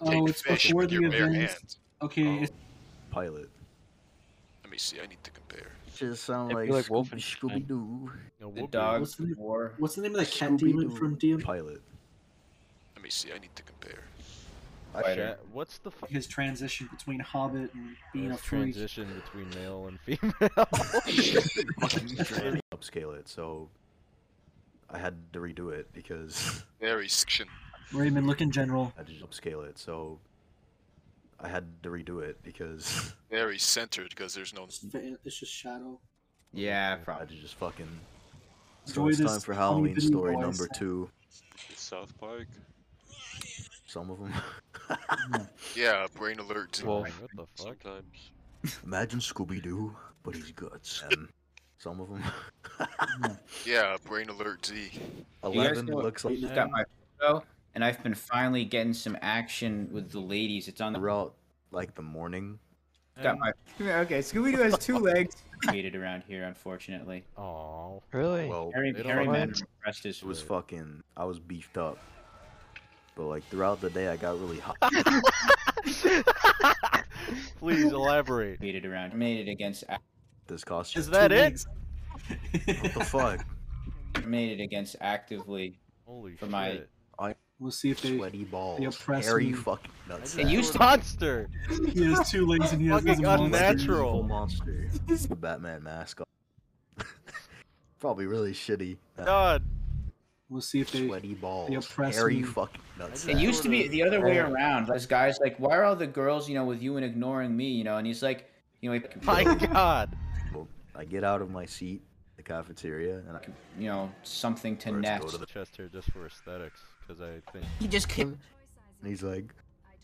Oh,
take
it's
fish
before
with
the
your bare
event.
hands.
Okay,
uh,
Oh.
it's
pilot,
Let me see. I need to compare.
it just sound
It'd
like,
be like
Scooby
Wolfenstein.
Scooby Doo.
No,
The
Whoopi.
dogs
What's the-
war.
what's the name of that cat demon from DM?
Pilot.
Let me see. I need to compare.
I,
Fighter.
That- What's the fuck?
His transition between Hobbit and being a freak.
transition between male and female.
fucking upscale it, so I had to redo it because
Very section.
Raymond, look in general.
I had to upscale it, so I had to redo it because
Very centered because there's no.
It's fa- it's just shadow.
Yeah,
I had
probably.
to just fucking. So
Enjoy
it's
this
time for
funny
Halloween
video
story
I
number
sent.
two.
South Park.
Some of them.
Yeah, brain alert.
Wolf.
What the fuck?
Sometimes.
Imagine Scooby Doo, but he's guts. And some of them.
Yeah, brain alert Z.
Eleven
know what-
looks
I
like
just got my photo, and I've been finally getting some action with the ladies. It's on the
throughout like the morning.
Got my. Okay, Scooby Doo has two legs. Created around here, unfortunately.
Aw.
Really?
Well,
Harry,
Oh, They don't
Harry
like
Man
it.
repressed his.
it was
food.
fucking. I was beefed up. But like throughout the day, I got really hot.
Please elaborate.
Created around. Made it against.
this costume.
Is that it?
what the fuck?
discriminated against actively
Holy
for
shit.
my.
We'll see if they.
Sweaty balls,
oppress
hairy
me.
fucking nuts.
It used to
monster.
He has two legs and he has
Fucking
a monster.
unnatural.
monster. the Batman mask on. Probably really shitty. That
God.
We'll see if they.
sweaty balls,
oppress
hairy
me.
fucking nuts.
It used to be the other way
Yeah.
around. This guy's like, "Why are all the girls, you know, with you and ignoring me?" You know, and he's like, you know, like,
My God.
Well, I get out of my seat, the cafeteria, and I
you know, something to
Let's go
next.
to
The chest hair just for aesthetics, because I think.
He just came.
and he's like,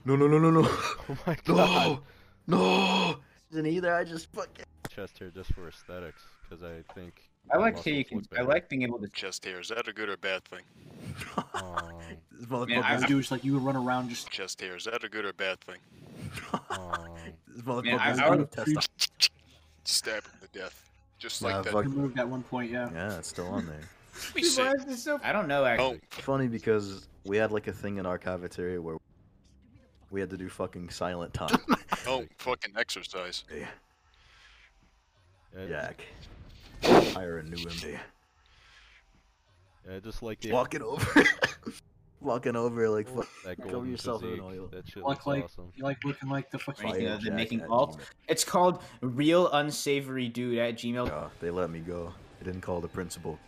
no, no, no, no, no,
Oh my God.
no, no. Isn't either. I just fucking.
Chest hair just for aesthetics, because I think.
I
my
like how you
muscles
can.
look
I
better.
like being able to.
Chest hair. Is that a good or bad thing?
Um,
This
Man, I-
What you
motherfucker's,
do is like you would run around just
Chest hair. Is that a good or bad thing?
um,
this
Man, I-
motherfucker's
I
out
would
of testosterone.
Stab him to death. Just
Nah,
like that.
fuck-
removed at one point. Yeah.
Yeah, it's still on there.
We say,
I don't know actually.
oh,
Funny because we had like a thing in our cafeteria where we had to do fucking silent time.
oh, fucking exercise.
I-
Jack, hire a new MD.
I just like the
Walking over, walking over like fuck.
that
cover
golden
yourself in
physique.
oil.
That shit
Look
looks
like-
awesome.
You like looking like the fucking.
Anything
Fire
other than
Jack
making
at
alt?
Gmail.
It's called real unsavory dude at Gmail.
Yeah, they let me go. They didn't call the principal.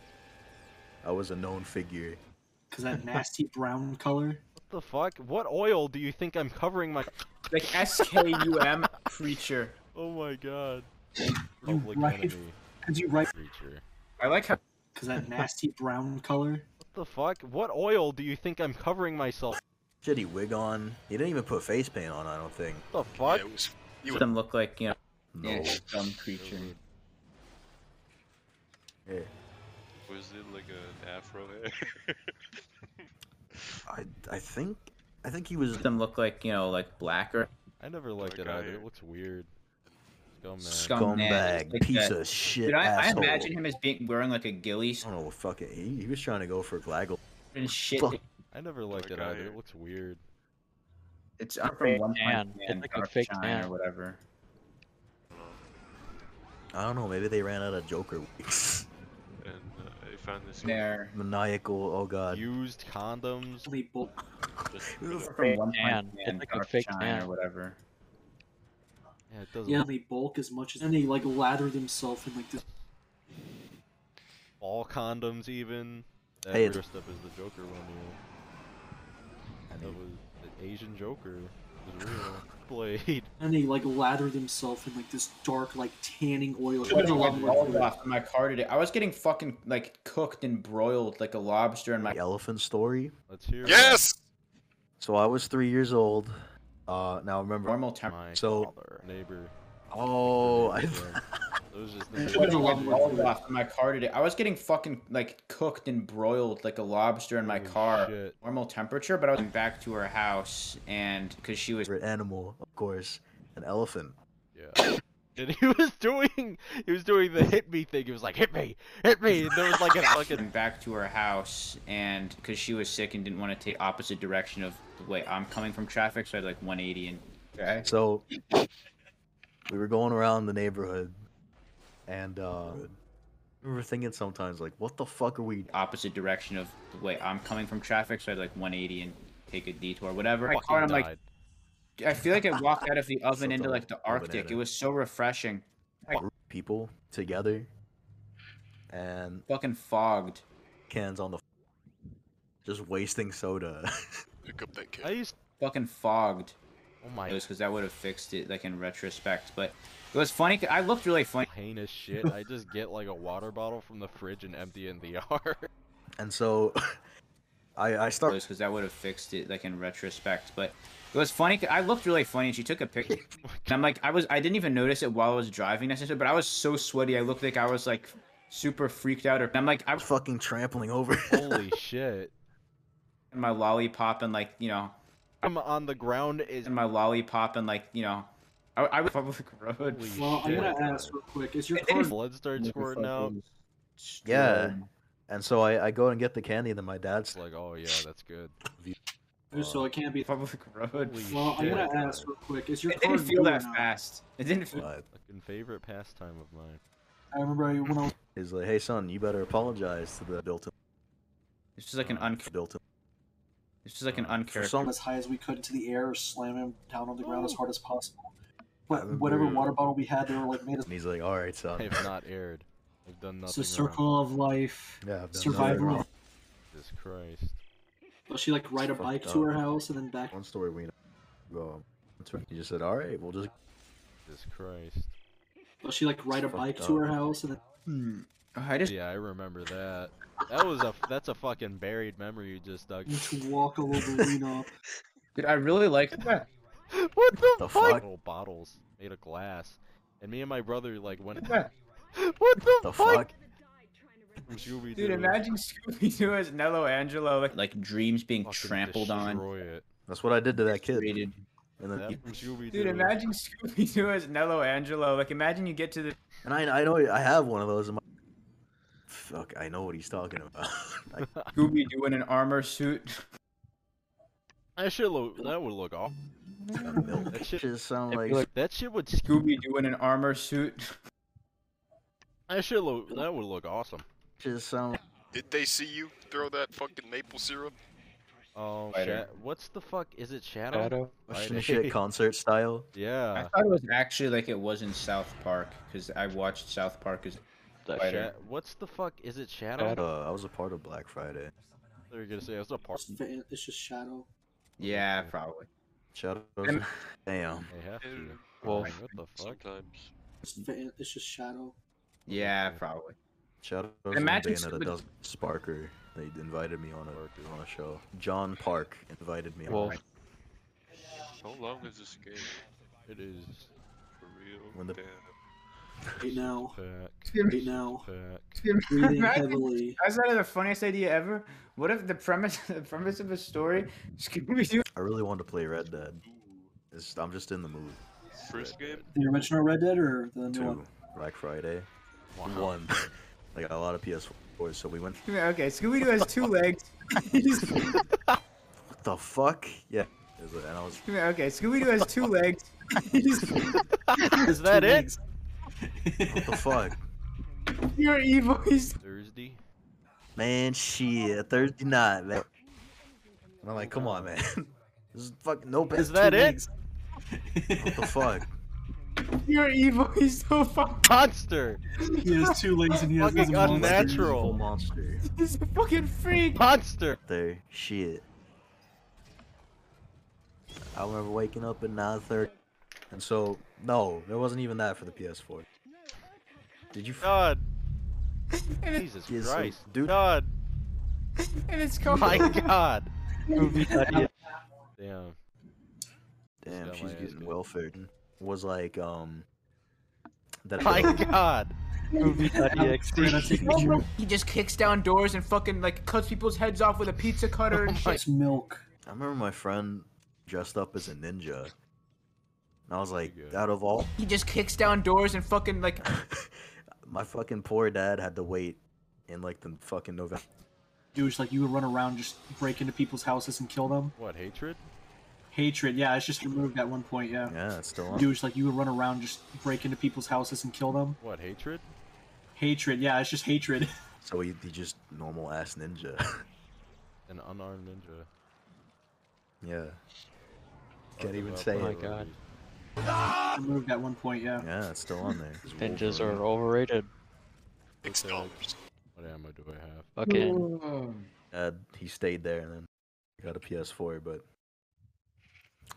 I was a known figure.
Cause that nasty brown color.
What the fuck? What oil do you think I'm covering my?
Like S K U M creature.
Oh my god.
You
Public
right.
enemy
Cause you right.
creature.
I like how
Cause that nasty brown color.
What the fuck? What oil do you think I'm covering myself?
Shitty wig on. He didn't even put face paint on. I don't think.
What the
Yeah,
fuck?
it was, you would
them look like you know
No.
yeah, dumb creature.
Yeah.
Was it like an afro hair?
I I think I think he was.
Them look like you know like black or
Oh,
I never liked
Like
it
I-
either. It looks weird. Scumbag.
scumbag.
Scumbag,
like
piece
that.
of shit,
Dude, I, I
asshole.
imagine him as being wearing like a ghillie
I don't know. Fuck it. He, he was trying to go for Glaggle.
and shit.
Fuck.
I never liked
Like
it
I-
either. It looks weird.
It's up from One Punch
tan. It's
Man,
like a
Dark
fake
Shine or
tan.
whatever.
I don't know. Maybe they ran out of Joker wigs.
And uh, I found this
There.
Maniacal. Oh god.
Used condoms.
Holy bull.
just
Oof.
From One
tan.
Punch
It's
Man,
like a
Dark
fake
Shine or
tan.
whatever.
Yeah, it doesn't
Yeah,
look
they bulk as much as and they like lather themselves in like this.
all condoms even. That
Hey, it's-
first up is the Joker one. Yeah.
And
That
he-
was the Asian Joker. It was real. Blade.
And they like lather themselves in like this dark like tanning oil.
Put
There's a
a
lot more
log
to it.
off in my car today. I was getting fucking like cooked and broiled like a lobster in my.
the elephant story.
Let's hear it.
Yes!
So I was three years old. Uh, now remember.
Normal temperature.
My
So-
father. neighbor.
Oh, I.
Those just
What
Put
is
a
a
log
log
off in my car today. I was getting fucking like cooked and broiled like a lobster in my
Holy
car.
shit.
Normal temperature, but I was back to her house and because she was
favorite animal, of course, an elephant.
Yeah. And he was doing, he was doing the hit me thing. He was like, hit me, hit me. And there was like a fucking.
and back to her house and because she was sick and didn't want to take opposite direction of the way I'm coming from traffic, so I had like 180 and okay.
So we were going around the neighborhood, and uh, we were thinking sometimes like, "What the fuck are we?"
opposite direction of the way I'm coming from traffic, so I had like 180 and take a detour, whatever. I
fucking
caught him like
died.
I feel like I walked out of the oven
Something
into like
like
the
a
Arctic.
banana.
It was so refreshing.
Group of people together, and
Fucking fogged.
cans on the, just wasting soda.
Pick up that kid.
I used.
Fucking fogged.
Oh my
It was because that would have fixed it, like in retrospect. But it was funny. 'cause I looked really funny.
heinous shit. I just get like a water bottle from the fridge and empty it in the yard.
and so, I I
It
start
was because that would have fixed it, like in retrospect. But it was funny. 'cause I looked really funny, and she took a picture. and I'm like, I was, I didn't even notice it while I was driving necessarily, but I was so sweaty. I looked like I was like super freaked out. Or and I'm like, I was
fucking trampling over.
Holy shit.
in my lollipop and like you know,
I'm on the ground is.
in my lollipop and like you know, I, I was public road.
Holy
Well, I'm
shit.
gonna ask real quick. Is your
It
car
is-
Blood starts squirting out.
Yeah. and so I I go and get the candy, and then my dad's
It's like, oh yeah, that's good.
so it can't be.
Public road.
Holy
Well, I'm
shit.
gonna ask real quick. Is your uh,
It didn't
card
feel
blue or
that
not?
fast. It didn't feel.
But
Fucking favorite pastime of mine.
I remember I when I was
he's like, hey son, you better apologize to the built-in,
It's just like an un.
built-in.
It's just like an
For
uncharacteristic.
some,
as high as we could into the air, slam him down on the ground as hard as possible.
I
But
remember-
whatever water bottle we had, they were like made us.
and he's like, all right, son.
I have not aired. I've done
It's
nothing
a
wrong.
circle of life.
Yeah, I've done nothing
Survival.
wrong.
Jesus Christ.
So she like ride a
Fucked
bike to her
up.
house and then back.
One story we know. Go. That's right. He just said, all right, we'll just.
Jesus Christ.
So she like ride a
Fucked
bike to her
up.
house and then.
Hmm. I just.
Yeah, I remember that. That was a that's a fucking buried memory you just dug.
To walk a Wolverine up.
Dude, I really like that.
What the,
The
fuck?
fuck?
Little bottles made of glass, and me and my brother like went.
Yeah.
what the,
The fuck?
From Scooby
Dude, imagine Scooby Doo as Nello Angelo, like, like dreams being trampled on.
Destroy it.
That's what I did to that kid.
Rated.
And then,
That from Scooby
Dude, imagine Scooby Doo as Nello Angelo. Like, imagine you get to the
and I, I know I have one of those in my. Fuck, I know what he's talking about. I,
Scooby Doo in an armor suit.
That shit look. That would look off.
milk.
That shit.
just sound
It'd
like,
be like-
That shit would.
Scooby Doo in an armor suit.
That shit look. That would look awesome.
just sound.
Did they see you throw that fucking maple syrup?
Oh,
Spider.
sha- what's the fuck? Is it Shadow?
Shadow.
Russian shit concert style.
I
Yeah.
thought it was actually like it was in South Park because I watched South Park as
That
Spider.
Sha- what's the fuck? Is it Shadow?
Uh, I was a part of Black Friday.
They're gonna say it's a part.
It's just shadow.
yeah, probably.
Shadows.
And-
Damn.
They have to.
Oh
Well,
Like, what the fuck?
Sometimes.
It's just shadow.
Yeah, probably.
Shadows and
Imagine
Bayonetta
somebody-
does Sparker. They invited me on a on a show. John Park invited me
Well,
on a-
How long is this game?
It is.
For real?
When the-
Damn.
Right now.
Pack.
Right now.
Pack.
Breathing
Imagine-
heavily.
That's not the funniest idea ever. What if the premise, the premise of a story, Scooby Doo?
I really wanted to play Red Dead. It's, I'm just in the mood.
First game?
The original Red Dead or the new
Two
one?
Black Friday. One. I got a lot of PS4s, so we went.
Okay, Scooby Doo has two legs.
What the fuck? Yeah. it was- And I was.
okay, Scooby Doo has two legs.
Is that it?
What the fuck?
You're evil. He's
Thursday.
Man, shit. Thursday night, man. And I'm like, come on, man. This is fuck. No. ba-
Is that
two
it?
weeks. What the fuck?
you're evil. He's so fucking.
Monster.
He has two legs and he has
Fucking
he's a monster.
Evil
unnatural.
monster.
He's a fucking freak.
Monster.
There. Shit. I remember waking up at 9:30, and so no, there wasn't even that for the PS4. Did you? f-
God. Jesus
Yes, so-
Oh, Christ. Oh.
dude.
God.
And it's called.
My God. Damn.
Damn,
got
she's
my ass
getting
beat.
welfare. Was like, um, that
My God.
He just kicks down doors and fucking like cuts people's heads off with a pizza cutter
Oh
and shit.
It's milk.
I remember my friend dressed up as a ninja. And I was like,
Pretty good.
out of all,
He just kicks down doors and fucking like
my fucking poor dad had to wait in like the fucking November.
Dude's like you would run around, just break into people's houses and kill them.
What, hatred?
Hatred, yeah, it's just removed at one point, yeah.
Yeah, it's still on.
Dude's like you would run around, just break into people's houses and kill them.
What, hatred?
Hatred, yeah, it's just hatred.
So he, he just normal ass ninja.
An unarmed ninja.
yeah. Can't
Fucking
even
up
say
my
it.
God.
removed at one point, yeah.
Yeah, it's still on there. It's
Ninjas are
Wolverine.
overrated.
Six dollars.
What ammo do I have?
Fucking
Dad, he stayed there and then got a PS4, but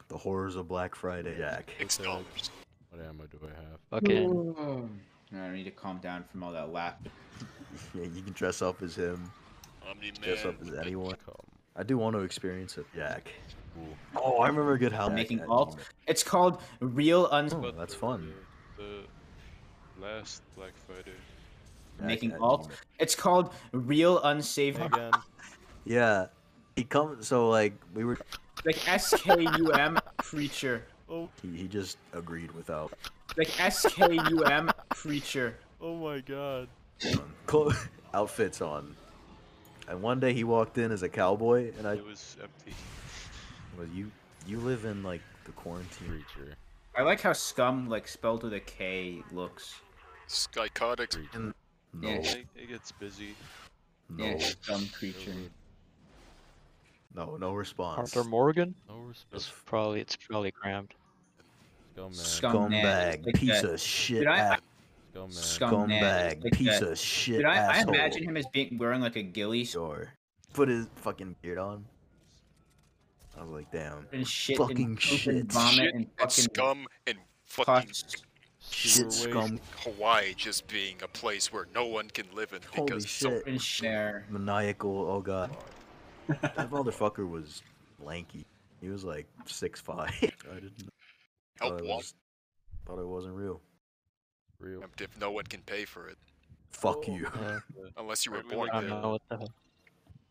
the horrors of Black Friday, Jack.
Six dollars.
What ammo do I have?
fucking
I need to calm down from all that laughter.
Yeah, you can dress up as him,
Omni man.
dress up as anyone.
Come.
I do want to experience it, Jack.
Cool.
Oh, I remember a good Halloween.
making
that
alt.
moment.
It's called real uns.
Oh,
But
that's
the-
fun.
The, the last Black Friday.
Jack
Making
at
alt.
moment.
It's called real
Oh
unsavory.
Again.
Yeah, he comes. So like we were,
Like S K U M preacher.
Oh,
he, he just agreed without.
Like S K U M preacher.
oh my God.
um, clo- outfits on. And one day he walked in as a cowboy, and I
It was empty.
Well, you you live in like the quarantine.
Creature.
I like how scum, like spelled with a K, looks.
Psychotic.
No,
Yeah.
It it gets busy.
no,
Yeah, scum creature.
no, no response.
Arthur Morgan?
No respect.
It's probably it's probably crammed.
Scumbag.
Scumbag,
Scumbag,
like
piece
that.
of shit,
Did I-
ass-
Scumbag.
Scumbag,
scumbag,
like
piece
that.
of shit,
Did I, I
asshole.
imagine him as being wearing like a ghillie suit
Sure. Put his fucking beard on. I was like, damn.
and shit,
Fucking
and poop
shit.
and vomit
Shit
and
and
fucking
scum and fucking
pus.
Sewer
Shit
waste.
scum.
Hawaii just being a place where no one can live in
Holy
because so
shit.
and share.
Maniacal. Oh god. that motherfucker was lanky. He was like six five. I didn't. thought
help
Oh, it
want
was- Thought it wasn't real.
Real.
if no one can pay for it
Fuck
Oh.
you.
Yeah,
unless you were
Right, we
born
like
I
that.
don't
there.
know what the hell.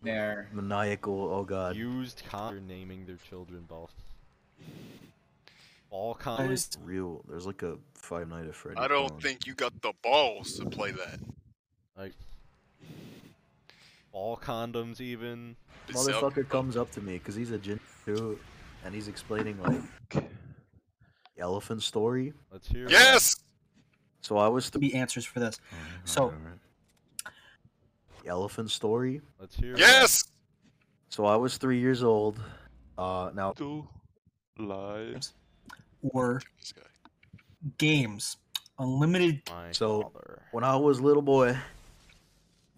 There.
Maniacal. Oh god.
Used con. They're naming their children balls. All
I
kinds.
just,
Real. There's like a Five Night at Freddy's.
I don't
clone.
think you got the balls to play that.
Like. All condoms, even.
Zelda-
Motherfucker comes up to me because he's a gin too, and he's explaining like the elephant story.
Let's hear. it.
Yes.
So I was. Th-
be answers for this. So-
The elephant story.
Let's hear. it.
Yes.
So I was three years old. Uh, now
Two lives.
Or games, unlimited.
My
So-
father.
when I was little boy,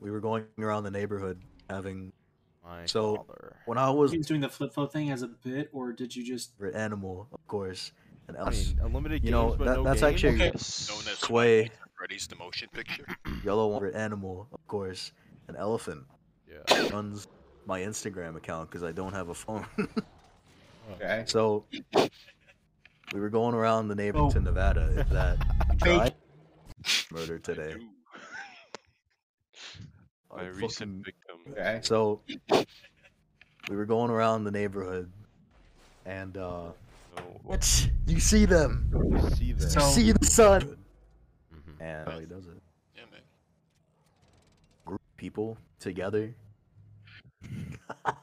we were going around the neighborhood having
My
so-
father.
when I was
He was doing the flip phone thing as a bit, or did you just?
an animal, of course. And
I mean, unlimited
you
games,
know,
but
that-
no
that's
games?
actually-
Known as
Sway.
Freddy's the motion picture.
yellow one, an animal, of course. An elephant
Yeah.
runs my Instagram account because I don't have a phone.
Okay.
so we were going around the neighborhood to
Oh.
Nevada. If that we tried murder
I
today.
do.
Oh,
My
fucking-
recent victim.
Okay.
So we were going around the neighborhood, and uh,
No.
what? You see them?
You see that.
You
So-
see the sun?
Mhm.
And he does it.
Yeah, man.
Group people together.
What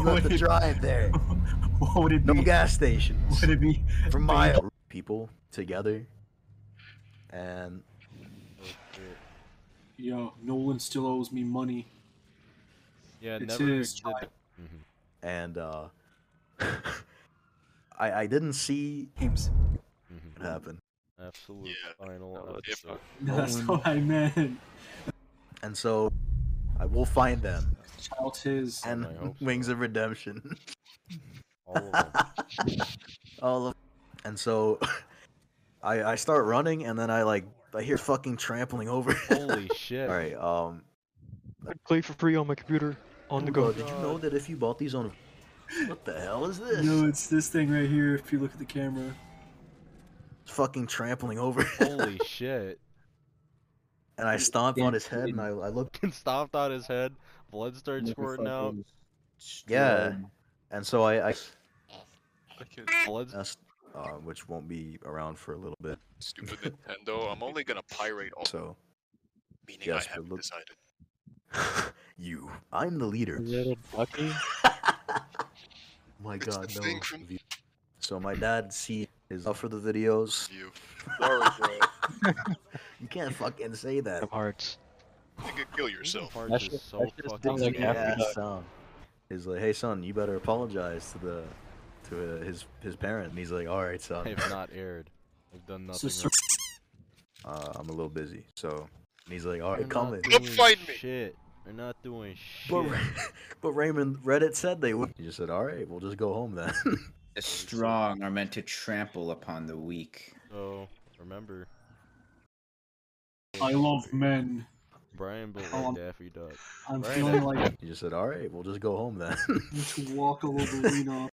You have
would
to
it,
drive there.
what would it
No
be?
gas stations.
What would it be?
For
Thank
my group people together. And
Yo, Nolan still owes me money.
Yeah,
It's
never
his
did that.
and uh, I I didn't see
Games.
Mhm.
it happen.
Absolute
Yeah.
final.
No, it's
episode.
not.
No, that's
Nolan.
what I meant.
And so I will find them.
Child his.
And
I hope so.
Wings of Redemption.
All of them.
all of and so i i start running and then i like i hear fucking trampling over
Holy shit.
all right um
Play for free on my computer on the
Hugo,
go.
did you know that if you bought these on what the hell is this
No, it's this thing right here. If you look at the camera,
It's fucking trampling over
Holy shit.
and i stomp on his head and i, I look
Fucking Stomped on his head. Blood starts squirting out.
yeah and so i i
I can't.
Blood.
that's, uh, which won't be around for a little bit
Stupid Nintendo. I'm only gonna pirate all.
so
Meaning
yes,
I
but
haven't
look-
decided.
you i'm the leader
Little Bucky.
my
It's
god
the
no
thing from-
so my dad see is up for the videos
You. Sorry, bro.
you can't fucking say that
of Hearts.
You could kill yourself.
Heart
That's
is
just-
so
that's just
fucking.
things like
weird.
after
ass son is like, "Hey son, you better apologize to the to uh, his his parent." And he's like, "All right,
I
son,
have not aired. I've done
so
nothing.
Sir-
uh, I'm a little busy." So, and he's like, "All
They're
right, coming."
Not doing
Come find me.
Shit. They're not doing shit.
But, but Raymond Reddit said they would. He just said, "All right, we'll just go home then."
The strong are meant to trample upon the weak.
So remember,
I love men.
Brian built
Oh,
like
Um,
I'm-
Daffy Duck.
I'm
Right.
feeling like
he just said, "All right, we'll just go home then."
I need to walk a little bit.